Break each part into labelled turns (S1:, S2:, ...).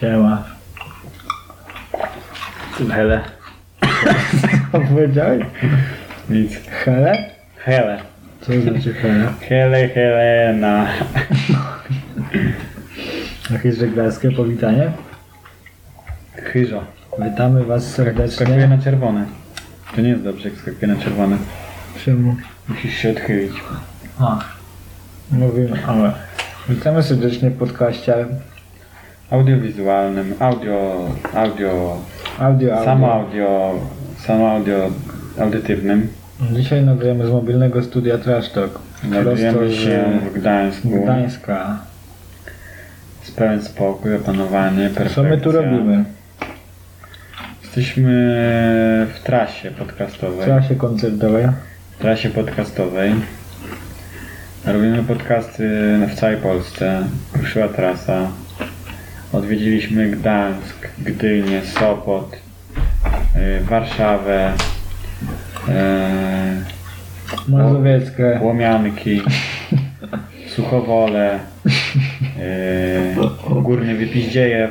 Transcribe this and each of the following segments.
S1: Siema.
S2: Hele.
S1: Co powiedziałeś?
S2: Nic.
S1: Hele?
S2: Hele.
S1: Co znaczy hele?
S2: Hele, Helena.
S1: Jakieś żeglarskie powitanie?
S2: Chyżo.
S1: Witamy was
S2: Skakuje
S1: serdecznie.
S2: na czerwone. To nie jest dobrze, jak skakuje na czerwone.
S1: Czemu?
S2: Musisz się odchylić.
S1: A. Mówimy, ale. Witamy serdecznie w podcaście
S2: Audiowizualnym, audio, audio,
S1: Audio Audio.
S2: samo audio, samo audio audytywnym.
S1: Dzisiaj nagrywamy z mobilnego studia Trash Talk. Prosto
S2: Znajdujemy się
S1: z
S2: w Gdańsku.
S1: Gdańska.
S2: Z pełen spokój, opanowanie, perfekcja.
S1: Co my tu robimy?
S2: Jesteśmy w trasie
S1: W
S2: podcastowej.
S1: trasie koncertowej.
S2: W trasie podcastowej. Robimy podcasty w całej Polsce. Ruszyła trasa. Odwiedziliśmy Gdańsk, Gdynię, Sopot, y, Warszawę,
S1: Mazowieckie.
S2: y, Łomianki, Suchowole, y, Górny Wypiździejew.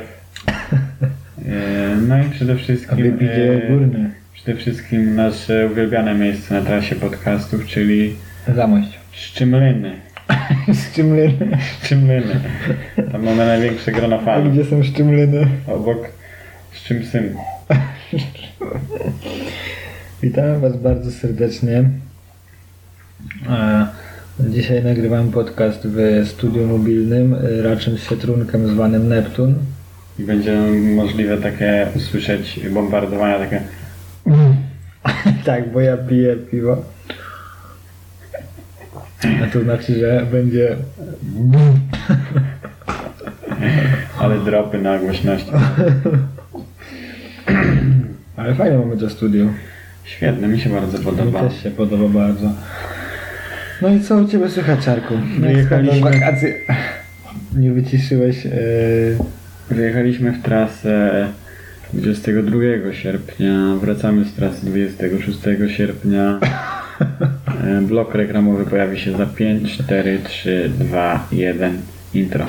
S2: y, No i przede wszystkim...
S1: Wybidzie
S2: y,
S1: górny.
S2: Przede wszystkim nasze uwielbiane miejsce na trasie podcastów, czyli
S1: Zamość.
S2: Szczymliny.
S1: Szczymliny.
S2: Szczymliny. Tam mamy największe grono
S1: A
S2: fanów.
S1: gdzie są szczymliny?
S2: Obok Szczymsyn.
S1: Witamy Was bardzo serdecznie. E, Dzisiaj nagrywam podcast w studiu mobilnym, e, raczym świetrunkiem zwanym Neptun.
S2: I będzie możliwe takie usłyszeć bombardowania takie.
S1: tak, bo ja piję piwo. A to znaczy, że będzie
S2: Ale dropy na głośności.
S1: Ale fajnie mamy to studio.
S2: Świetne, mi się bardzo
S1: Mi
S2: podoba.
S1: też się podoba bardzo. No i co u Ciebie słychać, Czarku?
S2: Wyjechaliśmy-
S1: Nie wyciszyłeś... Yy...
S2: Wyjechaliśmy w trasę 22 sierpnia, wracamy z trasy 26 sierpnia. E, Blok reklamowy pojawi się za 5, 4, 3, 2, 1. Intro.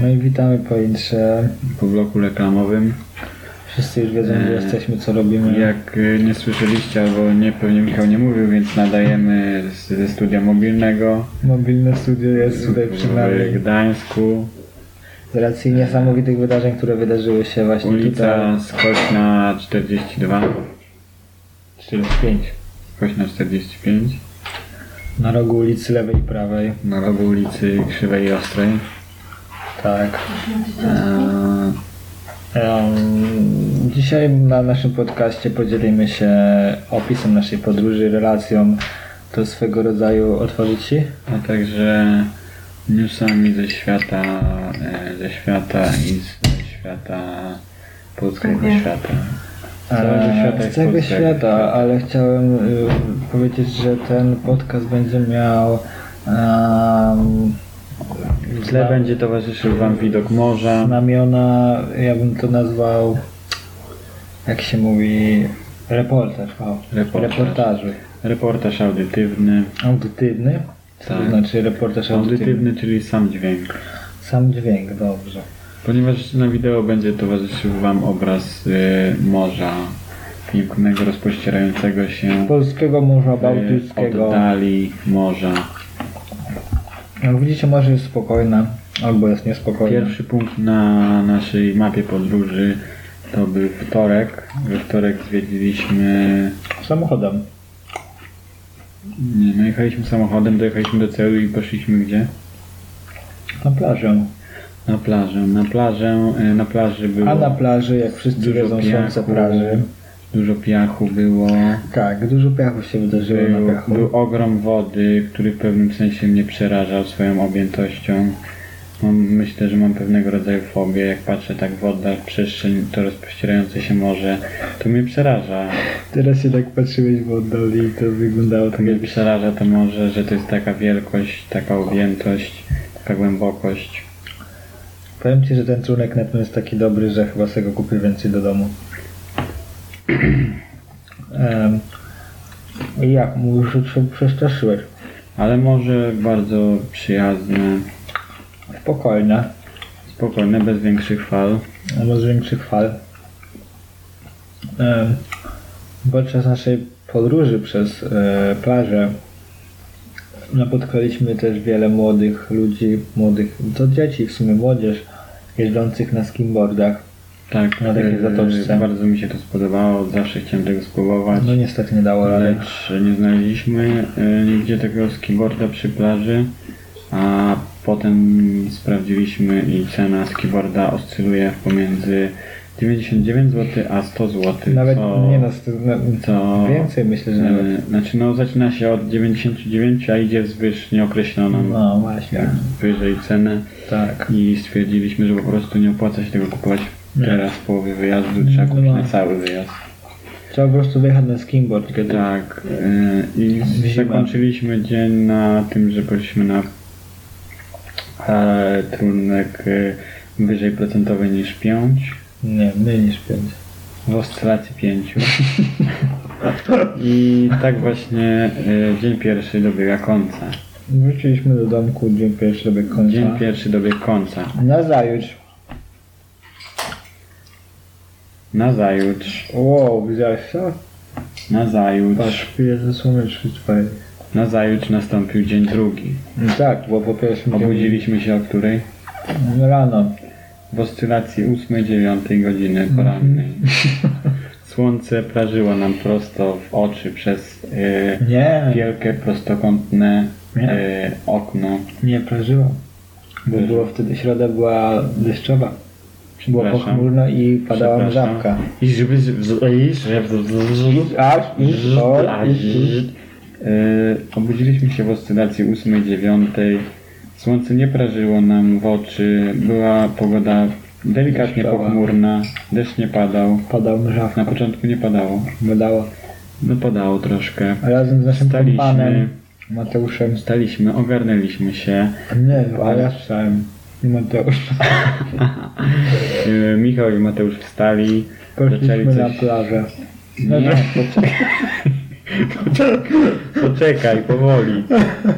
S1: No i witamy po intrze.
S2: Po bloku reklamowym.
S1: Wszyscy już wiedzą, gdzie
S2: Eee,
S1: jesteśmy, co robimy.
S2: Jak e, nie słyszeliście, albo nie, pewnie Michał nie mówił, więc nadajemy z, ze studia mobilnego
S1: Mobilne studio jest tutaj przy
S2: w
S1: nami.
S2: Gdańsku.
S1: Z racji niesamowitych wydarzeń, które wydarzyły się właśnie tutaj.
S2: Ulica Skośna 42,
S1: 45.
S2: Skośna 45.
S1: Na rogu ulicy lewej i prawej.
S2: na rogu ulicy Krzywej i Ostrej.
S1: Tak.
S2: Eee,
S1: Em, Dzisiaj na naszym podcaście podzielimy się opisem naszej podróży, relacją do swego rodzaju otworzyci.
S2: A także newsami ze świata, e, ze świata i ze świata polskiego świata. Całego świata
S1: Z
S2: tak. jest
S1: całego
S2: polskiego
S1: świata, ale chciałem y, powiedzieć, że ten podcast będzie miał em,
S2: W tle będzie towarzyszył Wam widok morza.
S1: znamiona, ja bym to nazwał, jak się mówi, reportaż, o,
S2: Reportaż.
S1: reportażu.
S2: Reportaż audytywny.
S1: Audytywny, co to
S2: Tak.
S1: znaczy reportaż audytywny?
S2: Audytywny, czyli sam dźwięk.
S1: Sam dźwięk, dobrze.
S2: Ponieważ na wideo będzie towarzyszył Wam obraz e, morza pięknego, rozpościerającego się
S1: Polskiego Morza
S2: e, tak.
S1: Bałtyckiego.
S2: oddali morza.
S1: Jak No, widzicie, morze jest spokojne, albo jest niespokojne.
S2: Pierwszy punkt na naszej mapie podróży to był wtorek. We wtorek zwiedziliśmy,
S1: Samochodem.
S2: nie, no jechaliśmy samochodem, dojechaliśmy do celu i poszliśmy gdzie?
S1: Na plażę.
S2: Na plażę. Na plażę, e, na plaży było
S1: A na plaży, jak wszyscy
S2: Dużo
S1: wiedzą,
S2: piachu.
S1: słońce plaży.
S2: dużo piachu było.
S1: Tak, dużo piachu się wydarzyło na
S2: Był,
S1: piachu.
S2: był ogrom wody, który w pewnym sensie mnie przerażał swoją objętością. Mam, myślę, że mam pewnego rodzaju fobię. Jak patrzę tak w oddal, w przestrzeń, to rozpościerające się morze, to mnie przeraża.
S1: Teraz się tak patrzyłeś w oddali i to wyglądało
S2: To
S1: tak
S2: mnie
S1: jak...
S2: przeraża to morze, że to jest taka wielkość, taka objętość, taka głębokość.
S1: Powiem Ci, że ten trunek na pewno jest taki dobry, że chyba sobie go kupię więcej do domu. Em, I jak? Mówisz, że się przestraszyłeś.
S2: Ale morze bardzo przyjazne,
S1: Spokojne.
S2: spokojne, bez większych fal.
S1: albo z większych fal. Em, Podczas naszej podróży przez e, plażę napotkaliśmy też wiele młodych ludzi, młodych, to dzieci w sumie, młodzież, jeżdżących na skimboardach.
S2: Tak,
S1: Na takiej
S2: e,
S1: zatoczce.
S2: bardzo mi się to spodobało, zawsze chciałem tego spróbować.
S1: No niestety nie dało rady.
S2: Lecz nie znaleźliśmy e, nigdzie takiego skiboarda przy plaży, a potem sprawdziliśmy i cena skiboarda oscyluje pomiędzy 99 zł a 100 zł.
S1: Nawet
S2: co,
S1: nie no, st- no,
S2: co,
S1: więcej myślę, że nawet.
S2: e, Znaczy no zaczyna się od 99, a idzie wzwyż nieokreśloną
S1: No właśnie,
S2: wyżej cenę
S1: tak.
S2: i stwierdziliśmy, że po prostu nie opłaca się tego kupować
S1: Nie.
S2: teraz w połowie wyjazdu, trzeba
S1: No.
S2: kupić na cały wyjazd.
S1: Trzeba po prostu wyjechać na skimboard, kiedy
S2: Tak, y, i
S1: Zima.
S2: zakończyliśmy dzień na tym, że poszliśmy na e, trunek y, wyżej procentowy niż 5,
S1: nie, mniej niż 5.
S2: w oscylacji 5. I tak właśnie y, dzień pierwszy dobiega końca.
S1: Wróciliśmy do domku dzień pierwszy, żeby końca.
S2: Dzień pierwszy dobiegł końca.
S1: Nazajutrz.
S2: Nazajutrz,
S1: Wow, widziałeś to?
S2: nazajutrz,
S1: Patrz, piję ze słoneczki twojej.
S2: nazajutrz nastąpił dzień drugi.
S1: Tak, bo po pierwsze
S2: Obudziliśmy się o której?
S1: rano.
S2: W oscylacji 8-9 godziny porannej. Słońce prażyło nam prosto w oczy przez y,
S1: Nie,
S2: wielkie prostokątne
S1: Nie.
S2: y, okno.
S1: nie prażyło. Bo było wtedy, środa była deszczowa. Było
S2: Przepraszam.
S1: pochmurno i padała
S2: Przepraszam.
S1: mrzawka.
S2: I żeby... i żeby-
S1: Aż i o, i- i-
S2: Y, Obudziliśmy się w oscylacji 8-9. Słońce nie prażyło nam w oczy. Była pogoda delikatnie
S1: Deszczowa.
S2: pochmurna. Deszcz nie padał.
S1: Padała mrzawka,
S2: Na początku nie padało.
S1: wydało.
S2: No padało troszkę.
S1: Razem z naszym
S2: Staliśmy.
S1: panem Mateuszem.
S2: Staliśmy, ogarnęliśmy się.
S1: Nie, a ja słyszałem. Nie Mateusz.
S2: Yy, Michał i Mateusz wstali.
S1: Poszliśmy
S2: Zaczęli
S1: na
S2: coś...
S1: plażę. No,
S2: Nie, Poczekaj, powoli.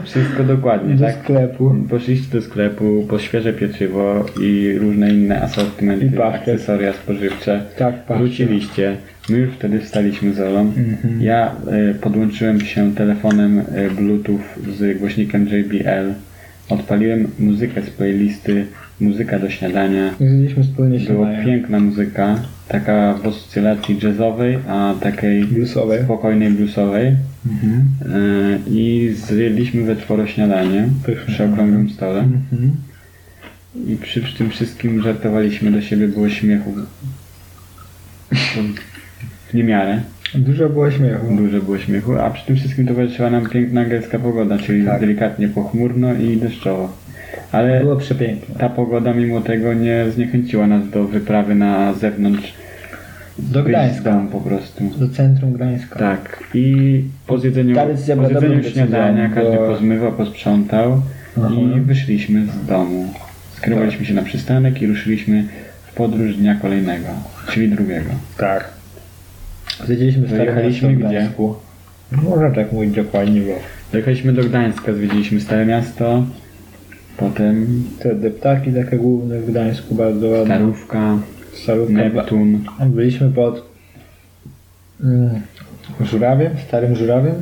S2: Wszystko dokładnie,
S1: Do
S2: tak?
S1: sklepu.
S2: Poszliście do sklepu po świeże pieczywo i różne inne asortymenty,
S1: I pachnie.
S2: akcesoria spożywcze.
S1: Tak, patrz.
S2: Wróciliście. My już wtedy wstaliśmy z Olą.
S1: Mhm.
S2: Ja y, podłączyłem się telefonem y, Bluetooth z głośnikiem JBL. Odpaliłem muzykę z playlisty, muzyka do śniadania.
S1: I Zjedliśmy wspólnie
S2: Była
S1: śniadanie.
S2: piękna muzyka, taka w oscylacji jazzowej, a takiej
S1: Bluesowe.
S2: spokojnej bluesowej.
S1: Mhm.
S2: Yy, I zjedliśmy we czworo śniadanie
S1: Pyszne.
S2: przy okrągłym stole.
S1: Mhm.
S2: I przy tym wszystkim żartowaliśmy do siebie, było śmiechu. W niemiarę
S1: Dużo było śmiechu.
S2: dużo było śmiechu, a przy tym wszystkim towarzyszyła nam piękna angielska pogoda, czyli
S1: Tak.
S2: delikatnie pochmurno i deszczowo. Ale
S1: Było przepiękne.
S2: ta pogoda mimo tego nie zniechęciła nas do wyprawy na zewnątrz
S1: Do
S2: Wyjść z
S1: Gdańska.
S2: domu po prostu.
S1: Do centrum Gdańska.
S2: Tak. I po zjedzeniu,
S1: Stary zjadł
S2: po
S1: dobrą
S2: zjedzeniu
S1: decyzję,
S2: śniadania
S1: bo-
S2: każdy pozmywał, posprzątał i
S1: Mhm.
S2: wyszliśmy z domu. Skierowaliśmy się na przystanek i ruszyliśmy w podróż dnia kolejnego, czyli drugiego.
S1: tak. Zwiedziliśmy stare
S2: Dojechaliśmy
S1: miasto w
S2: gdzie?
S1: Gdańsku. Można tak mówić dokładnie, bo
S2: Dojechaliśmy do Gdańska, zwiedziliśmy Stare Miasto, potem
S1: te deptaki takie główne w Gdańsku bardzo ładne.
S2: Starówka,
S1: Starówka. ba-
S2: Neptun.
S1: Tak, Byliśmy pod mm, żurawiem, starym żurawiem.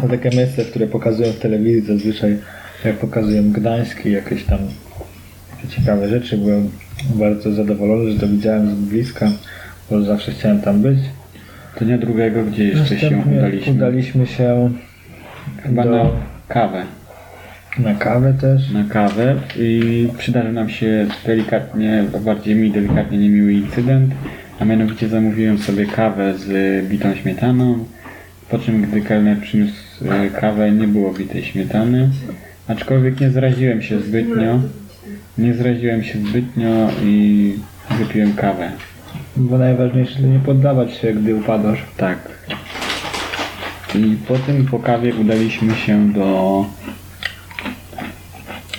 S1: To takie miejsce, które pokazują w telewizji zazwyczaj, jak pokazują Gdański, jakieś tam ciekawe rzeczy. Byłem bardzo zadowolony, że to widziałem z bliska, bo zawsze chciałem tam być.
S2: To dnia drugiego, gdzie jeszcze się
S1: Następnie
S2: udaliśmy?
S1: udaliśmy się
S2: Chyba
S1: do-
S2: na kawę.
S1: na kawę też.
S2: Na kawę i przydarzył nam się delikatnie, a bardziej mi delikatnie niemiły incydent, a mianowicie zamówiłem sobie kawę z bitą śmietaną, po czym gdy kelner przyniósł e, kawę nie było bitej śmietany, aczkolwiek nie zraziłem się zbytnio, Nie zraziłem się zbytnio i wypiłem kawę.
S1: Bo najważniejsze to nie poddawać się, gdy upadasz.
S2: Tak. I po tym po kawie udaliśmy się do...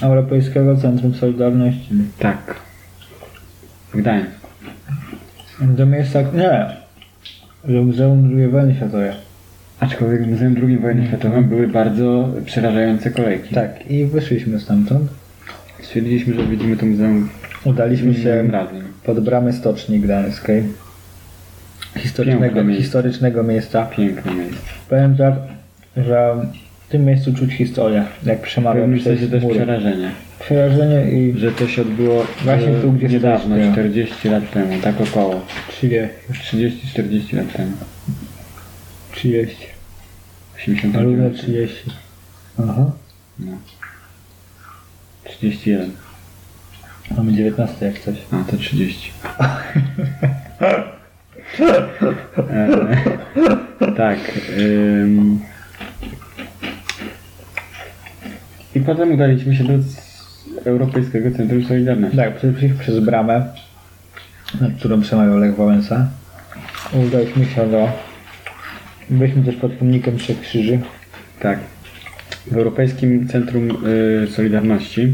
S1: Europejskiego Centrum Solidarności.
S2: Tak. W Gdańsku.
S1: Do miejsca... Nie! Do Muzeum II Wojny Światowej.
S2: Aczkolwiek w Muzeum II Wojny Światowej były bardzo przerażające kolejki.
S1: Mm. Tak, i wyszliśmy stamtąd.
S2: Stwierdziliśmy, że widzimy to muzeum
S1: Udaliśmy się
S2: innym razem.
S1: pod bramy Stoczni Gdańskiej.
S2: Piękne
S1: Historycznego,
S2: miejsce.
S1: historycznego miejsca.
S2: Piękne miejsce.
S1: Powiem tak, że w tym miejscu czuć historię, jak
S2: W
S1: przemawia
S2: pewnym sensie
S1: przez
S2: też
S1: mury.
S2: przerażenie,
S1: Przerażenie i
S2: że to się odbyło
S1: Właśnie
S2: e,
S1: tu, gdzie
S2: niedawno,
S1: stoisz, nie?
S2: 40 lat temu, tak około.
S1: 30.
S2: 30-40 lat temu.
S1: 30.
S2: 80
S1: Równe 30. Aha.
S2: No. 31.
S1: Mamy 19 jak coś.
S2: A, to 30. e, tak. ym. I potem udaliśmy się do s- Europejskiego Centrum Solidarności.
S1: Tak, przeszliśmy przez bramę, nad którą przemawiał Lech Wałęsa. Udaliśmy się do... Byliśmy też pod pomnikiem Trzech Krzyży.
S2: Tak. W Europejskim Centrum y, Solidarności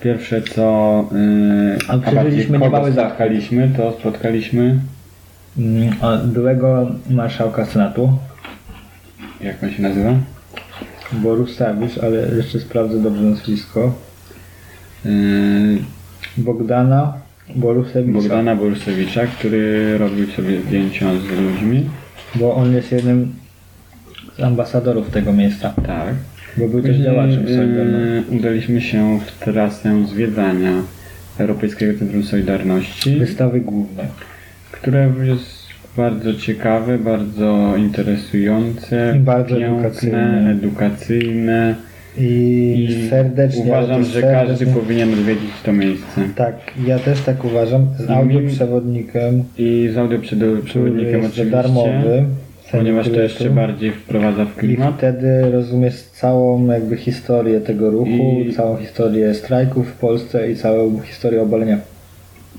S2: pierwsze co y,
S1: A przeżyliśmy
S2: bardziej kogo
S1: niebały zachwyt.
S2: spotkaliśmy, to spotkaliśmy
S1: Mm, a Byłego marszałka Senatu,
S2: jak on się nazywa?
S1: Borusewicz, ale jeszcze sprawdzę dobrze nazwisko.
S2: Y,
S1: Bogdana Borusewicza.
S2: Bogdana Borusewicza, który robił sobie zdjęcia z ludźmi.
S1: Bo on jest jednym z ambasadorów tego miejsca.
S2: Tak.
S1: Bo był też tak,
S2: Później,
S1: działaczem Solidarności.
S2: y, udaliśmy się w trasę zwiedzania Europejskiego Centrum Solidarności,
S1: Wystawy główne.
S2: które jest bardzo ciekawe, bardzo interesujące,
S1: I bardzo
S2: piękne,
S1: edukacyjne.
S2: edukacyjne.
S1: I serdecznie.
S2: uważam,
S1: ale
S2: że każdy
S1: serdecznie-
S2: powinien odwiedzić to miejsce.
S1: Tak, ja też tak uważam. Z
S2: I
S1: audioprzewodnikiem,
S2: mi-
S1: przewodnikiem,
S2: I z audioprzewodnikiem
S1: który jest
S2: oczywiście,
S1: darmowy. ceny
S2: ponieważ to
S1: biletu.
S2: jeszcze bardziej wprowadza w
S1: I
S2: klimat.
S1: wtedy rozumiesz całą jakby historię tego ruchu,
S2: I-
S1: całą historię strajków w Polsce i całą historię obalenia.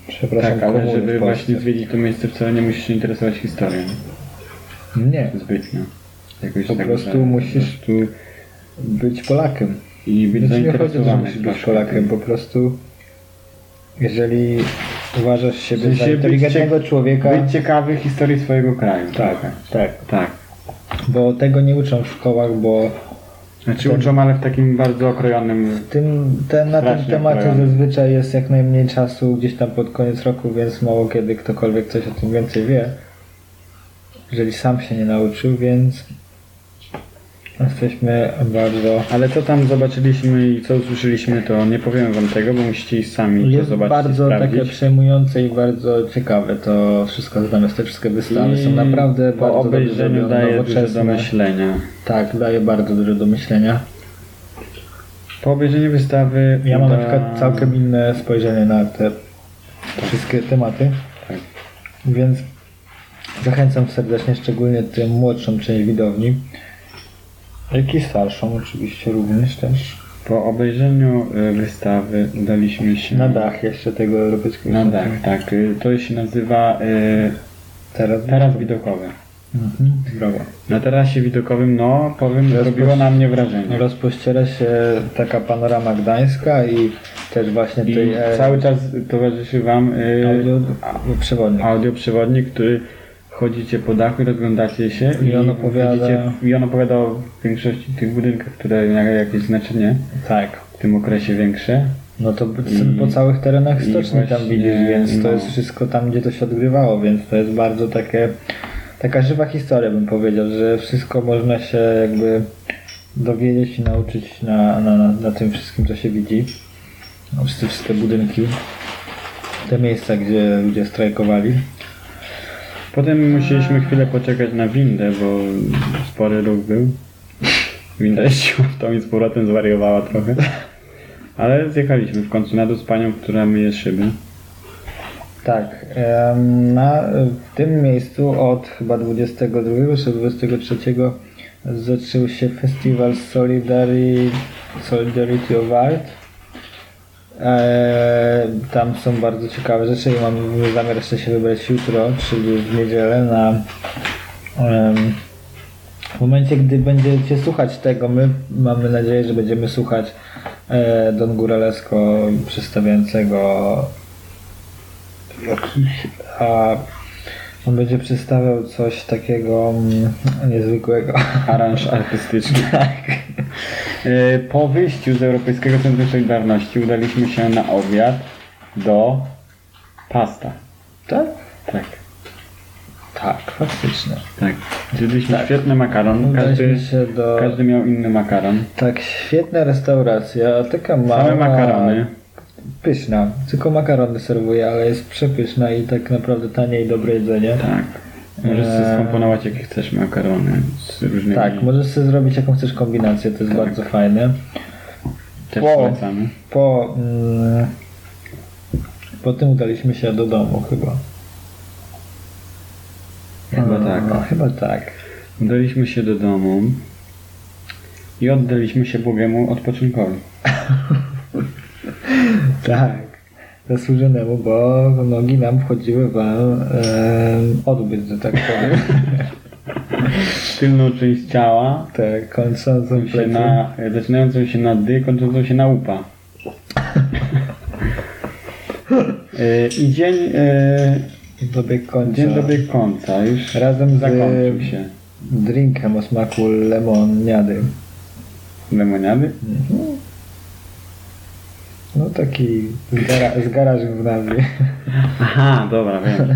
S1: Przepraszam,
S2: Tak, ale
S1: komuny
S2: żeby
S1: w Polsce.
S2: właśnie zwiedzić to miejsce, wcale nie musisz się interesować historią
S1: Nie,
S2: zbytnio. Jakoś
S1: Po
S2: tak
S1: prostu
S2: myślę.
S1: musisz-
S2: Po prostu
S1: być Polakiem.
S2: I być
S1: Znaczy nie chodzi o to, że
S2: zainteresowany.
S1: musisz być
S2: troszkę.
S1: Polakiem, po prostu jeżeli uważasz siebie
S2: W sensie
S1: za
S2: być
S1: inteligentnego człowieka,
S2: Być ciekawy historii swojego kraju.
S1: tak, tak,
S2: Tak.
S1: bo tego nie uczą w szkołach, bo Tak.
S2: Znaczy uczą, ale w takim bardzo okrojonym...
S1: tym, ten, na ten
S2: Strasznie
S1: temat
S2: okrojony.
S1: zazwyczaj jest jak najmniej czasu gdzieś tam pod koniec roku, więc mało kiedy ktokolwiek coś o tym więcej wie, jeżeli sam się nie nauczył, więc jesteśmy bardzo...
S2: Ale co tam zobaczyliśmy i co usłyszeliśmy, to nie powiem wam tego, bo musicie iść sami to
S1: Jest
S2: zobaczyć
S1: bardzo
S2: i sprawdzić.
S1: takie przejmujące i bardzo ciekawe to wszystko, natomiast te wszystkie wystawy
S2: I
S1: są naprawdę
S2: po
S1: bardzo dobrze
S2: obejrzeniu
S1: zrobione,
S2: daje dużo do
S1: nowoczesne.
S2: myślenia.
S1: Tak, daje bardzo dużo do myślenia.
S2: Po obejrzeniu wystawy...
S1: Ja mam na
S2: uda-
S1: przykład całkiem inne spojrzenie na te wszystkie tematy,
S2: Tak.
S1: więc zachęcam serdecznie, szczególnie tę młodszą część widowni, jak i starszą oczywiście również też.
S2: Po obejrzeniu y, wystawy udaliśmy się
S1: Na dach jeszcze tego europejskiego.
S2: Mhm. Na
S1: Centrum.
S2: dach, tak. Y, To się nazywa y,
S1: Teraz.
S2: taras widokowy.
S1: Mhm. Brawo.
S2: Na tarasie widokowym, no powiem, zrobiło na mnie
S1: No,
S2: wrażenie.
S1: Rozpościera się taka panorama gdańska i też właśnie
S2: I
S1: tej e,
S2: cały czas towarzyszy Wam y,
S1: audio przewodnik.
S2: audioprzewodnik, który chodzicie po dachu i rozglądacie się
S1: I on opowiada-
S2: widzicie- i on opowiada o większości tych budynkach, które mają jakieś znaczenie
S1: Tak.
S2: w tym okresie większe.
S1: No to b-
S2: I-
S1: po całych terenach
S2: i
S1: stoczni tam
S2: właśnie,
S1: widzisz, więc to
S2: no.
S1: jest wszystko tam, gdzie to się odgrywało, więc to jest bardzo takie taka żywa historia bym powiedział, że wszystko można się jakby dowiedzieć i nauczyć na, na, na, na tym wszystkim, co się widzi. No, Wszystkie, wszystkie budynki, te miejsca, gdzie ludzie strajkowali.
S2: Potem musieliśmy chwilę poczekać na windę, bo spory ruch był. Winda jeździła w tą i z powrotem zwariowała trochę. Ale zjechaliśmy w końcu na dół z panią, która myje szyby.
S1: Tak, em, na, w tym miejscu od chyba 22 czy 23 zaczął się festiwal Solidary, Solidarity of Art. E, tam są bardzo ciekawe rzeczy i mam zamiar jeszcze się wybrać jutro, czyli w niedzielę na em, w momencie, gdy będziecie słuchać tego, my mamy nadzieję, że będziemy słuchać e, Don Guralesco przedstawiającego jakiś, a on będzie przedstawiał coś takiego mm, niezwykłego.
S2: Aranż artystyczny.
S1: Tak.
S2: E, Po wyjściu z Europejskiego Centrum Solidarności udaliśmy się na obiad do pasta.
S1: Tak?
S2: Tak.
S1: Tak, faktycznie.
S2: Tak. Zjedliśmy świetny makaron. Każdy,
S1: Udaliśmy się do...
S2: każdy miał inny makaron.
S1: Tak, świetna restauracja, taka mała.
S2: Same makarony.
S1: Pyszna. Tylko makarony serwuje, ale jest przepyszna i tak naprawdę tanie i dobre jedzenie.
S2: Tak. Możesz sobie
S1: Eee.
S2: skomponować jakie chcesz makarony z różnymi.
S1: Tak, możesz sobie zrobić jaką chcesz kombinację, to jest
S2: Tak.
S1: bardzo fajne.
S2: też
S1: Wow.
S2: polecamy.
S1: Po, mm, po tym udaliśmy się do domu chyba.
S2: Chyba tak.
S1: No, chyba tak.
S2: Udaliśmy się do domu i oddaliśmy się Bogiemu odpoczynkowi.
S1: Tak. Zasłużonemu, bo nogi nam wchodziły w em, odbyt, że tak powiem.
S2: Tylną część ciała
S1: Te kończącą
S2: się
S1: plecy.
S2: na, zaczynającą się na dy, kończącą się na upa. E, I dzień, e,
S1: Dobieg końca.
S2: dzień dobieg końca już
S1: Razem z e,
S2: zakończył się.
S1: drinkiem o smaku lemoniady.
S2: Lemoniady?
S1: No taki z, gara- z garażem w nazwie.
S2: Aha, dobra, wiem.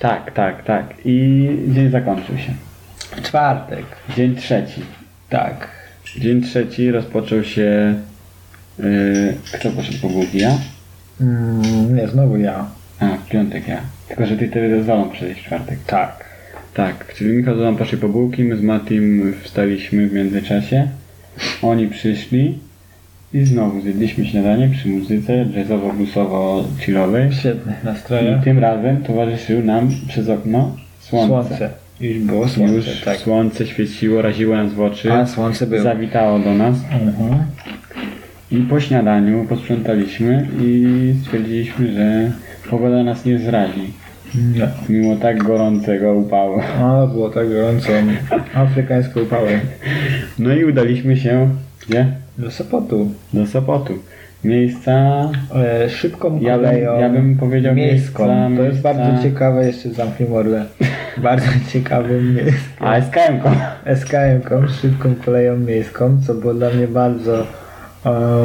S2: Tak, tak, tak. I dzień zakończył się.
S1: Czwartek.
S2: Dzień trzeci.
S1: Tak.
S2: Dzień trzeci rozpoczął się. y, kto poszedł po głupi? Ja?
S1: Mm, nie, znowu ja.
S2: A, w piątek ja. Tylko, że ty wtedy zezwolą przyjść w czwartek.
S1: Tak.
S2: Tak, czyli Michał Zolan poszli po bułki, my z Matim wstaliśmy w międzyczasie. Oni przyszli i znowu zjedliśmy śniadanie przy muzyce jazzowo-bluesowo-chillowej.
S1: Świetne nastroje.
S2: I tym razem towarzyszył nam przez okno słońce.
S1: Już było słońce,
S2: Już
S1: tak.
S2: słońce świeciło, raziło nas w oczy,
S1: A, słońce było.
S2: zawitało do nas.
S1: Mhm.
S2: I po śniadaniu posprzątaliśmy i stwierdziliśmy, że pogoda nas nie zrazi.
S1: No.
S2: Mimo tak gorącego upału.
S1: A, było tak gorąco. Afrykańską upałę.
S2: No i udaliśmy się gdzie?
S1: Do Sopotu.
S2: Do Sopotu. Miejsca.
S1: E, szybką
S2: Ja bym-
S1: koleją.
S2: ja bym powiedział
S1: miejską.
S2: miejsca,
S1: to jest
S2: miejsca.
S1: bardzo ciekawe, jeszcze zamknij mordę. bardzo ciekawym miejscem.
S2: ASKM.
S1: SKM-ką, szybką koleją miejską, co było dla mnie bardzo